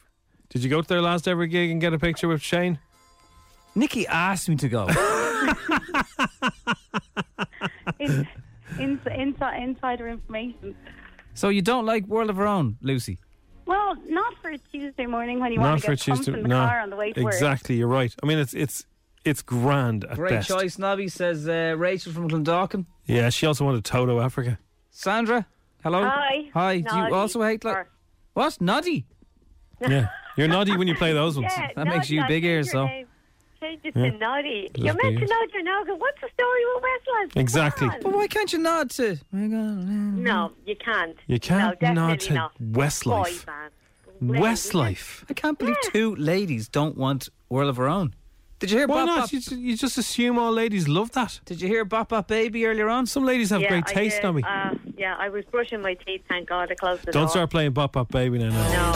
[SPEAKER 2] Did you go to their last ever gig and get a picture with Shane?
[SPEAKER 3] Nikki asked me to go.
[SPEAKER 8] In, in, inside, insider information.
[SPEAKER 3] so you don't like World of Our Own, Lucy?
[SPEAKER 8] Well, not for a Tuesday morning when you
[SPEAKER 2] Not
[SPEAKER 8] want to
[SPEAKER 2] for
[SPEAKER 8] get pumped
[SPEAKER 2] Tuesday.
[SPEAKER 8] in the
[SPEAKER 2] no,
[SPEAKER 8] car on the way to work.
[SPEAKER 2] exactly. You're right. I mean, it's it's it's grand at
[SPEAKER 3] Great
[SPEAKER 2] best.
[SPEAKER 3] choice, Nobby says uh, Rachel from Glendalkin.
[SPEAKER 2] Yeah, she also wanted Toto Africa.
[SPEAKER 3] Sandra, hello.
[SPEAKER 8] Hi.
[SPEAKER 3] Hi. Do you
[SPEAKER 8] Noddy.
[SPEAKER 3] also hate like what? Noddy.
[SPEAKER 2] Yeah, you're naughty when you play those ones.
[SPEAKER 8] Yeah,
[SPEAKER 3] That makes you
[SPEAKER 8] Noddy,
[SPEAKER 3] big
[SPEAKER 8] change
[SPEAKER 3] ears,
[SPEAKER 8] your
[SPEAKER 3] though.
[SPEAKER 8] name. Change it
[SPEAKER 2] Yeah.
[SPEAKER 8] to Noddy.
[SPEAKER 2] Just
[SPEAKER 8] You're meant
[SPEAKER 2] big
[SPEAKER 8] to
[SPEAKER 2] ears.
[SPEAKER 8] know your noggin. What's the story with Westlife? Come
[SPEAKER 2] Exactly.
[SPEAKER 8] on.
[SPEAKER 3] But why can't you nod to?
[SPEAKER 8] Mm. No, you can't.
[SPEAKER 2] You can't
[SPEAKER 8] no,
[SPEAKER 2] nod
[SPEAKER 8] definitely
[SPEAKER 2] to
[SPEAKER 8] not.
[SPEAKER 2] Westlife.
[SPEAKER 8] Boy band.
[SPEAKER 2] Westlife.
[SPEAKER 3] I can't believe two ladies don't want World of Our Own. Did you hear?
[SPEAKER 2] Why
[SPEAKER 3] Bop
[SPEAKER 2] not?
[SPEAKER 3] Bop?
[SPEAKER 2] You, ju- you just assume all ladies love that.
[SPEAKER 3] Did you hear Bop Bop Baby earlier on?
[SPEAKER 2] Some ladies have
[SPEAKER 8] Yeah,
[SPEAKER 2] great
[SPEAKER 8] I
[SPEAKER 2] taste,
[SPEAKER 8] did.
[SPEAKER 2] Tommy.
[SPEAKER 8] Uh, yeah, I was brushing my teeth. Thank God I closed the
[SPEAKER 2] Don't
[SPEAKER 8] door.
[SPEAKER 2] start playing Bop Bop Baby now. No.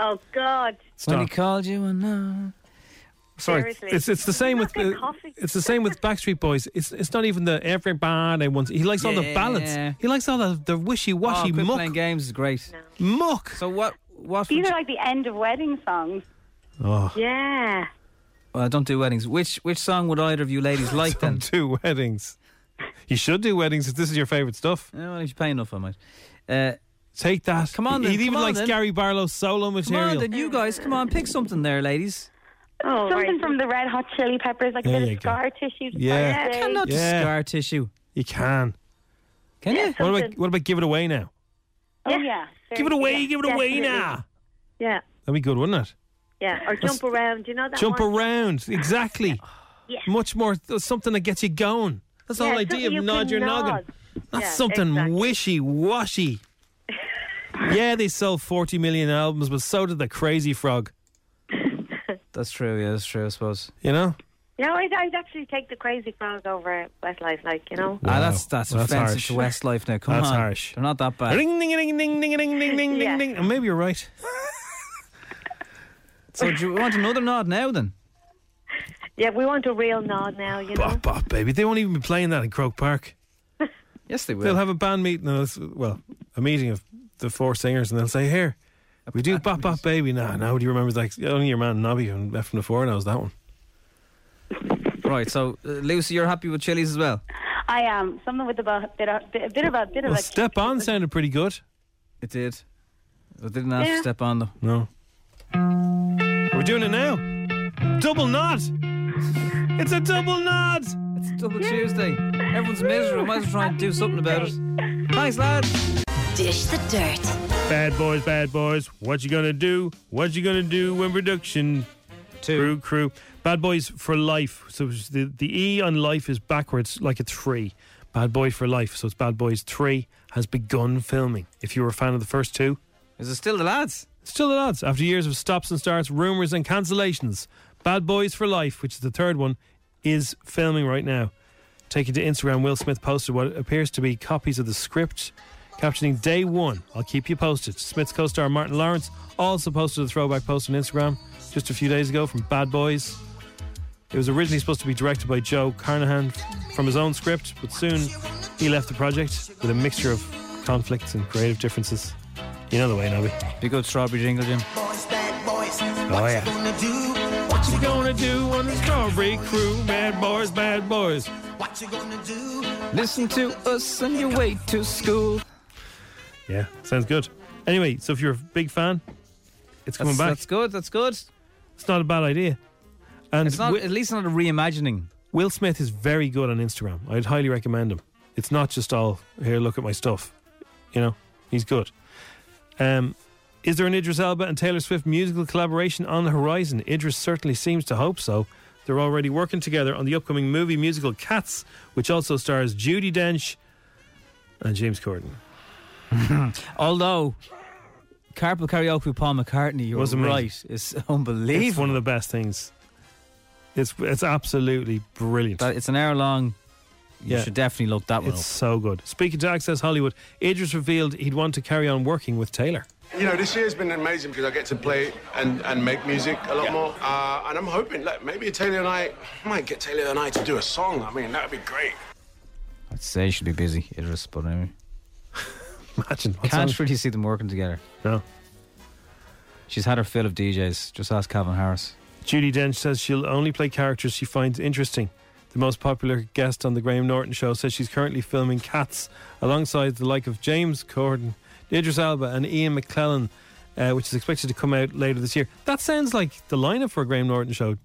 [SPEAKER 8] Oh God.
[SPEAKER 3] When he called you and now.
[SPEAKER 2] Sorry,
[SPEAKER 8] Seriously.
[SPEAKER 2] it's it's the same with
[SPEAKER 8] Not
[SPEAKER 2] uh,
[SPEAKER 8] the coffee.
[SPEAKER 2] it's the same with Backstreet Boys. It's it's not even the everybody wants. He likes all the
[SPEAKER 3] Yeah.
[SPEAKER 2] balance. He likes all the, the wishy washy
[SPEAKER 3] oh, quit
[SPEAKER 2] muck
[SPEAKER 3] playing games is great.
[SPEAKER 2] muck.
[SPEAKER 3] So what? What? Would
[SPEAKER 8] These
[SPEAKER 3] you,
[SPEAKER 8] are like the end of wedding songs.
[SPEAKER 2] Oh,
[SPEAKER 8] Yeah.
[SPEAKER 3] well, I don't do weddings. Which which song would either of you ladies like then?
[SPEAKER 2] two weddings. You should do weddings if this is your favourite stuff.
[SPEAKER 3] Yeah, Eh, well, if you pay enough, I might. Uh,
[SPEAKER 2] Take that.
[SPEAKER 3] Come on
[SPEAKER 2] He
[SPEAKER 3] then,
[SPEAKER 2] even
[SPEAKER 3] come on
[SPEAKER 2] likes
[SPEAKER 3] then.
[SPEAKER 2] Gary Barlow's solo
[SPEAKER 3] come on,
[SPEAKER 2] material.
[SPEAKER 3] then you guys, come on, pick something there, ladies.
[SPEAKER 8] Oh, Something from the Red Hot Chili Peppers, like
[SPEAKER 2] There
[SPEAKER 8] a bit
[SPEAKER 2] you
[SPEAKER 8] of
[SPEAKER 2] go.
[SPEAKER 8] scar tissue.
[SPEAKER 9] Oh,
[SPEAKER 8] to
[SPEAKER 2] Yeah.
[SPEAKER 8] start the day.
[SPEAKER 3] Cannot
[SPEAKER 2] Yeah.
[SPEAKER 3] scar tissue.
[SPEAKER 2] you can.
[SPEAKER 3] Can you?
[SPEAKER 2] What about
[SPEAKER 8] Something.
[SPEAKER 2] what about give it away now?
[SPEAKER 8] Oh yeah.
[SPEAKER 2] Give it away, give it away now.
[SPEAKER 8] Yeah.
[SPEAKER 2] That'd be good, wouldn't it?
[SPEAKER 8] Yeah. Or jump around. You know that.
[SPEAKER 2] Jump
[SPEAKER 8] one?
[SPEAKER 2] around, exactly.
[SPEAKER 8] Yeah.
[SPEAKER 2] Much more th- something that gets you going. That's the
[SPEAKER 8] Yeah,
[SPEAKER 2] whole idea
[SPEAKER 8] something you
[SPEAKER 2] of nod
[SPEAKER 8] can
[SPEAKER 2] your noggin.
[SPEAKER 8] nod.
[SPEAKER 2] Not
[SPEAKER 8] Yeah,
[SPEAKER 2] something
[SPEAKER 8] exactly.
[SPEAKER 2] wishy washy. yeah, they sold 40 million albums, but so did the Crazy Frog.
[SPEAKER 3] That's true. Yeah, that's true. I suppose.
[SPEAKER 2] You know? Ah,
[SPEAKER 8] No, I'd, I'd actually take the Crazy Frog over Westlife, like you know.
[SPEAKER 3] Ah, that's that's,
[SPEAKER 2] That's
[SPEAKER 3] offensive to
[SPEAKER 2] harsh.
[SPEAKER 3] Westlife now. Come
[SPEAKER 2] That's
[SPEAKER 3] on,
[SPEAKER 2] harsh.
[SPEAKER 3] They're not that bad.
[SPEAKER 2] Ring, ding, ding, ding, ding, ding, ding, ding,
[SPEAKER 8] Yeah.
[SPEAKER 2] ding, ding. And maybe you're right.
[SPEAKER 3] So do you want another nod now then?
[SPEAKER 8] Yeah, we want a real nod now. You know.
[SPEAKER 2] Bop, bop, baby. They won't even be playing that in Croke Park.
[SPEAKER 3] Yes, they will.
[SPEAKER 2] They'll have a band meeting, and it's- well, a meeting of the four singers, and they'll say, Here, we do Bop Bop Baby. Nah, nobody remembers that. Only your man Nobby from F from the Four knows that one.
[SPEAKER 3] Right. So uh, Lucy, you're happy with chilies as well.
[SPEAKER 8] I am something with about bit of bit, bit of a bit of
[SPEAKER 2] Well,
[SPEAKER 8] a
[SPEAKER 2] Step On sounded pretty good.
[SPEAKER 3] It did. I didn't ask to
[SPEAKER 8] Yeah.
[SPEAKER 3] step on though.
[SPEAKER 2] No. We're doing it now. Double nod. It's a double nod.
[SPEAKER 3] It's Double Tuesday. Everyone's miserable. Might as well try and do something about it. Thanks, lads.
[SPEAKER 10] Dish the dirt.
[SPEAKER 2] Bad boys, bad boys. What you gonna do? What you gonna do when production crew crew? Bad boys for life. So it's the the e on life is backwards, like a three. Bad boy for life. So it's Bad Boys Three has begun filming. If you were a fan of the first two,
[SPEAKER 3] Is it still the lads?
[SPEAKER 2] Still at odds after years of stops and starts, rumours and cancellations. Bad Boys for Life, which is the third one, is filming right now. Taking to Instagram, Will Smith posted what appears to be copies of the script, captioning Day One. I'll keep you posted. Smith's co star Martin Lawrence also posted a throwback post on Instagram just a few days ago from Bad Boys. It was originally supposed to be directed by Joe Carnahan from his own script, but soon he left the project with a mixture of conflicts and creative differences. You know the way, Nobby.
[SPEAKER 3] Be good, strawberry jingle, Jim.
[SPEAKER 2] Oh yeah. What you gonna do on the strawberry crew? Bad boys, bad boys.
[SPEAKER 3] Listen to us on your way to school.
[SPEAKER 2] Yeah, sounds good. Anyway, so if you're a big fan, it's coming
[SPEAKER 3] That's,
[SPEAKER 2] back.
[SPEAKER 3] that's good. That's good.
[SPEAKER 2] It's not a bad idea. And
[SPEAKER 3] It's not
[SPEAKER 2] Wi-
[SPEAKER 3] at least not a reimagining.
[SPEAKER 2] Will Smith is very good on Instagram. I'd highly recommend him. It's not just all here. Look at my stuff. You know, he's good. Um, is there an Idris Elba and Taylor Swift musical collaboration on the horizon? Idris certainly seems to hope so. They're already working together on the upcoming movie musical Cats, which also stars Judy Dench and James Corden.
[SPEAKER 3] Although, Carpool Karaoke with Paul McCartney, you were
[SPEAKER 2] Wasn't me.
[SPEAKER 3] right. It's unbelievable.
[SPEAKER 2] It's one of the best things. It's it's absolutely brilliant.
[SPEAKER 3] That- it's an hour long. You
[SPEAKER 2] Yeah.
[SPEAKER 3] should definitely look that one
[SPEAKER 2] It's
[SPEAKER 3] up.
[SPEAKER 2] so good. Speaking to Access Hollywood, Idris revealed he'd want to carry on working with Taylor.
[SPEAKER 6] You know, this year's been amazing because I get to play and, and make music a lot more. Uh, and I'm hoping, like, maybe Taylor and I I might get Taylor and I to do a song. I mean, that'd be great.
[SPEAKER 3] I'd say you should be busy, Idris, but anyway.
[SPEAKER 2] Imagine. what
[SPEAKER 3] Can't
[SPEAKER 2] song-
[SPEAKER 3] really see them working together.
[SPEAKER 2] No.
[SPEAKER 3] She's had her fill of DJs. Just ask Calvin Harris.
[SPEAKER 2] Judy Dench says she'll only play characters she finds interesting. The most popular guest on the Graham Norton show says she's currently filming Cats alongside the like of James Corden, Idris Alba, and Ian McClellan, uh, which is expected to come out later this year. That sounds like the lineup for a Graham Norton show.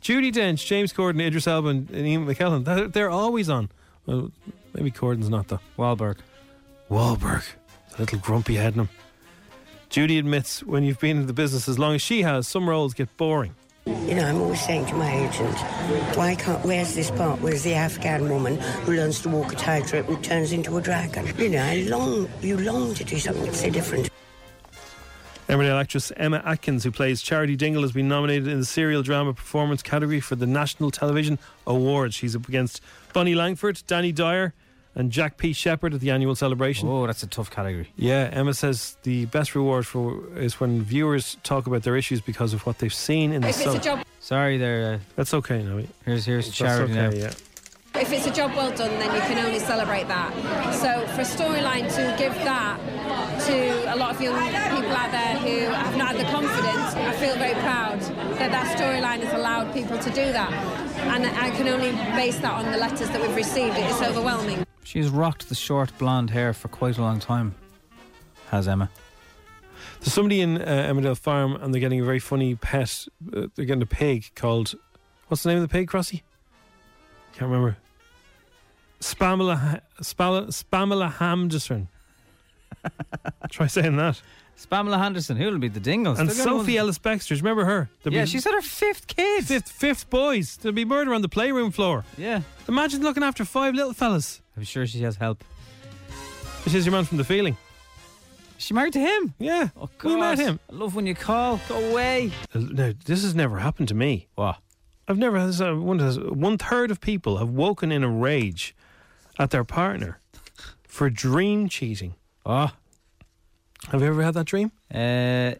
[SPEAKER 2] Judy Dench, James Corden, Idris Alba, and and Ian McKellen. They're, they're always on. Well, maybe Corden's not though.
[SPEAKER 3] Wahlberg.
[SPEAKER 2] Wahlberg. The little grumpy head in him. Judy admits when you've been in the business as long as she has, some roles get boring.
[SPEAKER 10] You know, I'm always saying to my agent, why can't, where's this part? Where's the Afghan woman who learns to walk a tightrope and turns into a dragon? You know, I long, you long to do something so different.
[SPEAKER 2] Emmerdale actress Emma Atkins, who plays Charity Dingle, has been nominated in the serial drama performance category for the National Television Awards. She's up against Bonnie Langford, Danny Dyer, and Jack P. Shepherd at the annual celebration.
[SPEAKER 3] Oh, that's a tough category.
[SPEAKER 2] Yeah, Emma says the best reward for is when viewers talk about their issues because of what they've seen in the
[SPEAKER 11] If it's a
[SPEAKER 2] cel-
[SPEAKER 11] job-
[SPEAKER 3] Sorry, there. Uh,
[SPEAKER 2] That's okay, Noe.
[SPEAKER 3] Here's here's
[SPEAKER 2] That's
[SPEAKER 3] charity
[SPEAKER 2] okay,
[SPEAKER 3] now.
[SPEAKER 2] Yeah.
[SPEAKER 11] If it's a job well done, then you can only celebrate that. So for a storyline to give that to a lot of young people out there who have not had the confidence, I feel very proud that that storyline has allowed people to do that. And I can only base that on the letters that we've received. It is overwhelming.
[SPEAKER 3] She's rocked the short blonde hair for quite a long time. Has Emma.
[SPEAKER 2] There's somebody in uh, Emmerdale Farm and they're getting a very funny pet. Uh, they're getting a pig called. What's the name of the pig, Crossy? Can't remember. Spamela, Spamela, Spamela Hamdison. Try saying that.
[SPEAKER 3] Spamela Henderson, who'll be the Dingles?
[SPEAKER 2] And
[SPEAKER 3] They're gonna
[SPEAKER 2] Sophie Ellis Bexters, remember her?
[SPEAKER 3] Yeah, she's had her fifth kid.
[SPEAKER 2] Fifth, fifth boys. There'll be murder on the playroom floor.
[SPEAKER 3] Yeah.
[SPEAKER 2] Imagine looking after five little fellas.
[SPEAKER 3] I'm sure she has help.
[SPEAKER 2] This is your man from The Feeling.
[SPEAKER 3] She married to him.
[SPEAKER 2] Yeah.
[SPEAKER 3] Oh, God.
[SPEAKER 2] We met him.
[SPEAKER 3] I love when you call. Go away.
[SPEAKER 2] Uh, No, this has never happened to me.
[SPEAKER 3] What?
[SPEAKER 2] I've never had this. uh, One, has- one third of people have woken in a rage at their partner for dream cheating.
[SPEAKER 3] Ah.
[SPEAKER 2] Have you ever had that dream?
[SPEAKER 3] Uh,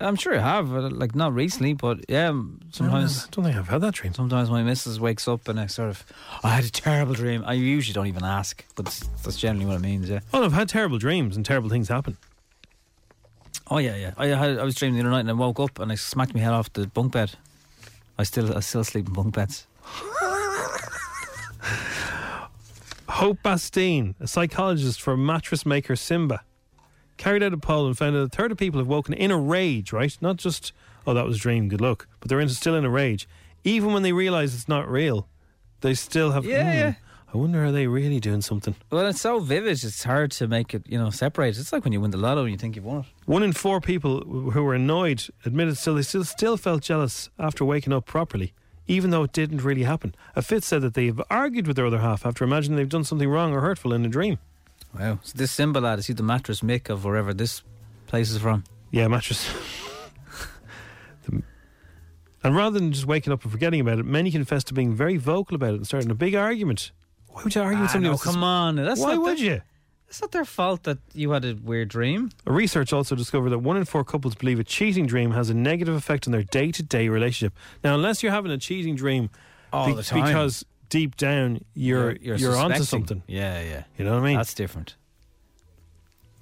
[SPEAKER 3] I'm sure I have. uh, Like not recently, but yeah. um, Sometimes
[SPEAKER 2] I don't think I've had that dream.
[SPEAKER 3] Sometimes my missus wakes up and I sort of, I had a terrible dream. I usually don't even ask, but s- that's generally what it means. Yeah.
[SPEAKER 2] Oh, no, I've had terrible dreams and terrible things happen.
[SPEAKER 3] Oh yeah, yeah. I had, I was dreaming the other night and I woke up and I smacked my head off the bunk bed. I still I still sleep in bunk beds.
[SPEAKER 2] Hope Bastine, a psychologist for mattress maker Simba, carried out a poll and found that a third of people have woken in a rage, right? Not just, oh, that was a dream, good luck, but they're in, still in a rage. Even when they realise it's not real, they still have,
[SPEAKER 3] Yeah,
[SPEAKER 2] "Hmm,
[SPEAKER 3] yeah.
[SPEAKER 2] I wonder, are they really doing something?
[SPEAKER 3] Well, it's so vivid. It's hard to make it, you know, separate. It's like when you win the lotto and you think you've won it.
[SPEAKER 2] One in four people who were annoyed admitted still they still, still felt jealous after waking up properly, even though it didn't really happen. A fifth said that they've argued with their other half after imagining they've done something wrong or hurtful in a dream.
[SPEAKER 3] Wow. So this symbol lad is he the mattress mick of wherever this place is from?
[SPEAKER 2] Yeah, mattress. The- and rather than just waking up and forgetting about it, many confessed to being very vocal about it and starting a big argument. Why would you argue with
[SPEAKER 3] Ah,
[SPEAKER 2] somebody
[SPEAKER 3] no,
[SPEAKER 2] else?
[SPEAKER 3] come on. That's
[SPEAKER 2] Why
[SPEAKER 3] not
[SPEAKER 2] would
[SPEAKER 3] their-
[SPEAKER 2] you?
[SPEAKER 3] It's not their fault that you had a weird dream.
[SPEAKER 2] Research also discovered that one in four couples believe a cheating dream has a negative effect on their day to day relationship. Now, unless you're having a cheating dream
[SPEAKER 3] All the time.
[SPEAKER 2] because deep down you're you're, onto
[SPEAKER 3] suspecting.
[SPEAKER 2] something.
[SPEAKER 3] Yeah, yeah.
[SPEAKER 2] You know what I mean?
[SPEAKER 3] That's different.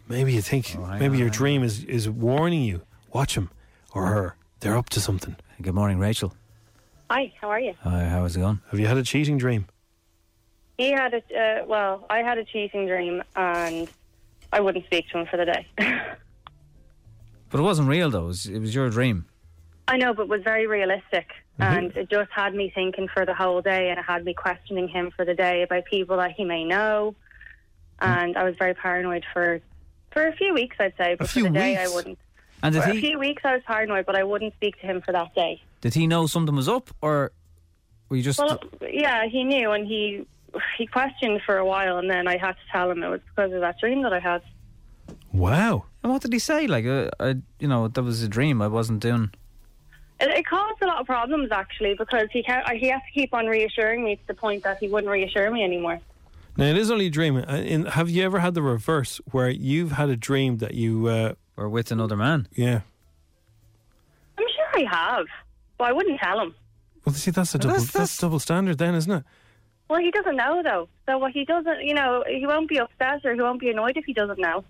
[SPEAKER 2] Maybe you think
[SPEAKER 3] hang
[SPEAKER 2] maybe
[SPEAKER 3] on,
[SPEAKER 2] your
[SPEAKER 3] hang
[SPEAKER 2] dream is, is warning you. Watch him or her. They're up to something.
[SPEAKER 3] Good morning, Rachel.
[SPEAKER 9] Hi, how are you?
[SPEAKER 3] Hi, how is it going?
[SPEAKER 2] Have you had a cheating dream?
[SPEAKER 9] He had a uh, well, I had a cheating dream, and I wouldn't speak to him for the day.
[SPEAKER 3] But it wasn't real though. It was, it was your dream.
[SPEAKER 9] I know, but it was very realistic,
[SPEAKER 3] Mm-hmm.
[SPEAKER 9] and it just had me thinking for the whole day, and it had me questioning him for the day about people that he may know,
[SPEAKER 3] Mm.
[SPEAKER 9] and I was very paranoid for for a few weeks, I'd say. But
[SPEAKER 3] few
[SPEAKER 9] for the day,
[SPEAKER 3] weeks?
[SPEAKER 9] I wouldn't.
[SPEAKER 3] And did
[SPEAKER 9] for a
[SPEAKER 3] he-
[SPEAKER 9] few weeks, I was paranoid, but I wouldn't speak to him for that day.
[SPEAKER 3] Did he know something was up, or were you just?
[SPEAKER 9] Well, yeah, he knew, and he he questioned for a while, and then I had to tell him it was because of that dream that I had.
[SPEAKER 3] wow. And what did he say? Like, uh, I, you know, that was a dream. I wasn't doing.
[SPEAKER 9] It, it caused a lot of problems actually because he kept, he had to keep on reassuring me to the point that he wouldn't reassure me anymore.
[SPEAKER 2] Now it is only a dream. Uh, In, have you ever had the reverse where you've had a dream that you uh,
[SPEAKER 3] were with another man?
[SPEAKER 2] Yeah.
[SPEAKER 9] I'm sure I have, but I wouldn't tell him.
[SPEAKER 2] Well, see, that's a
[SPEAKER 9] But
[SPEAKER 2] double
[SPEAKER 9] that's-
[SPEAKER 2] that's, double standard, then, isn't it?
[SPEAKER 9] Well, he doesn't know though, so what he doesn't, you know, he won't be upset or he won't be annoyed if he doesn't know.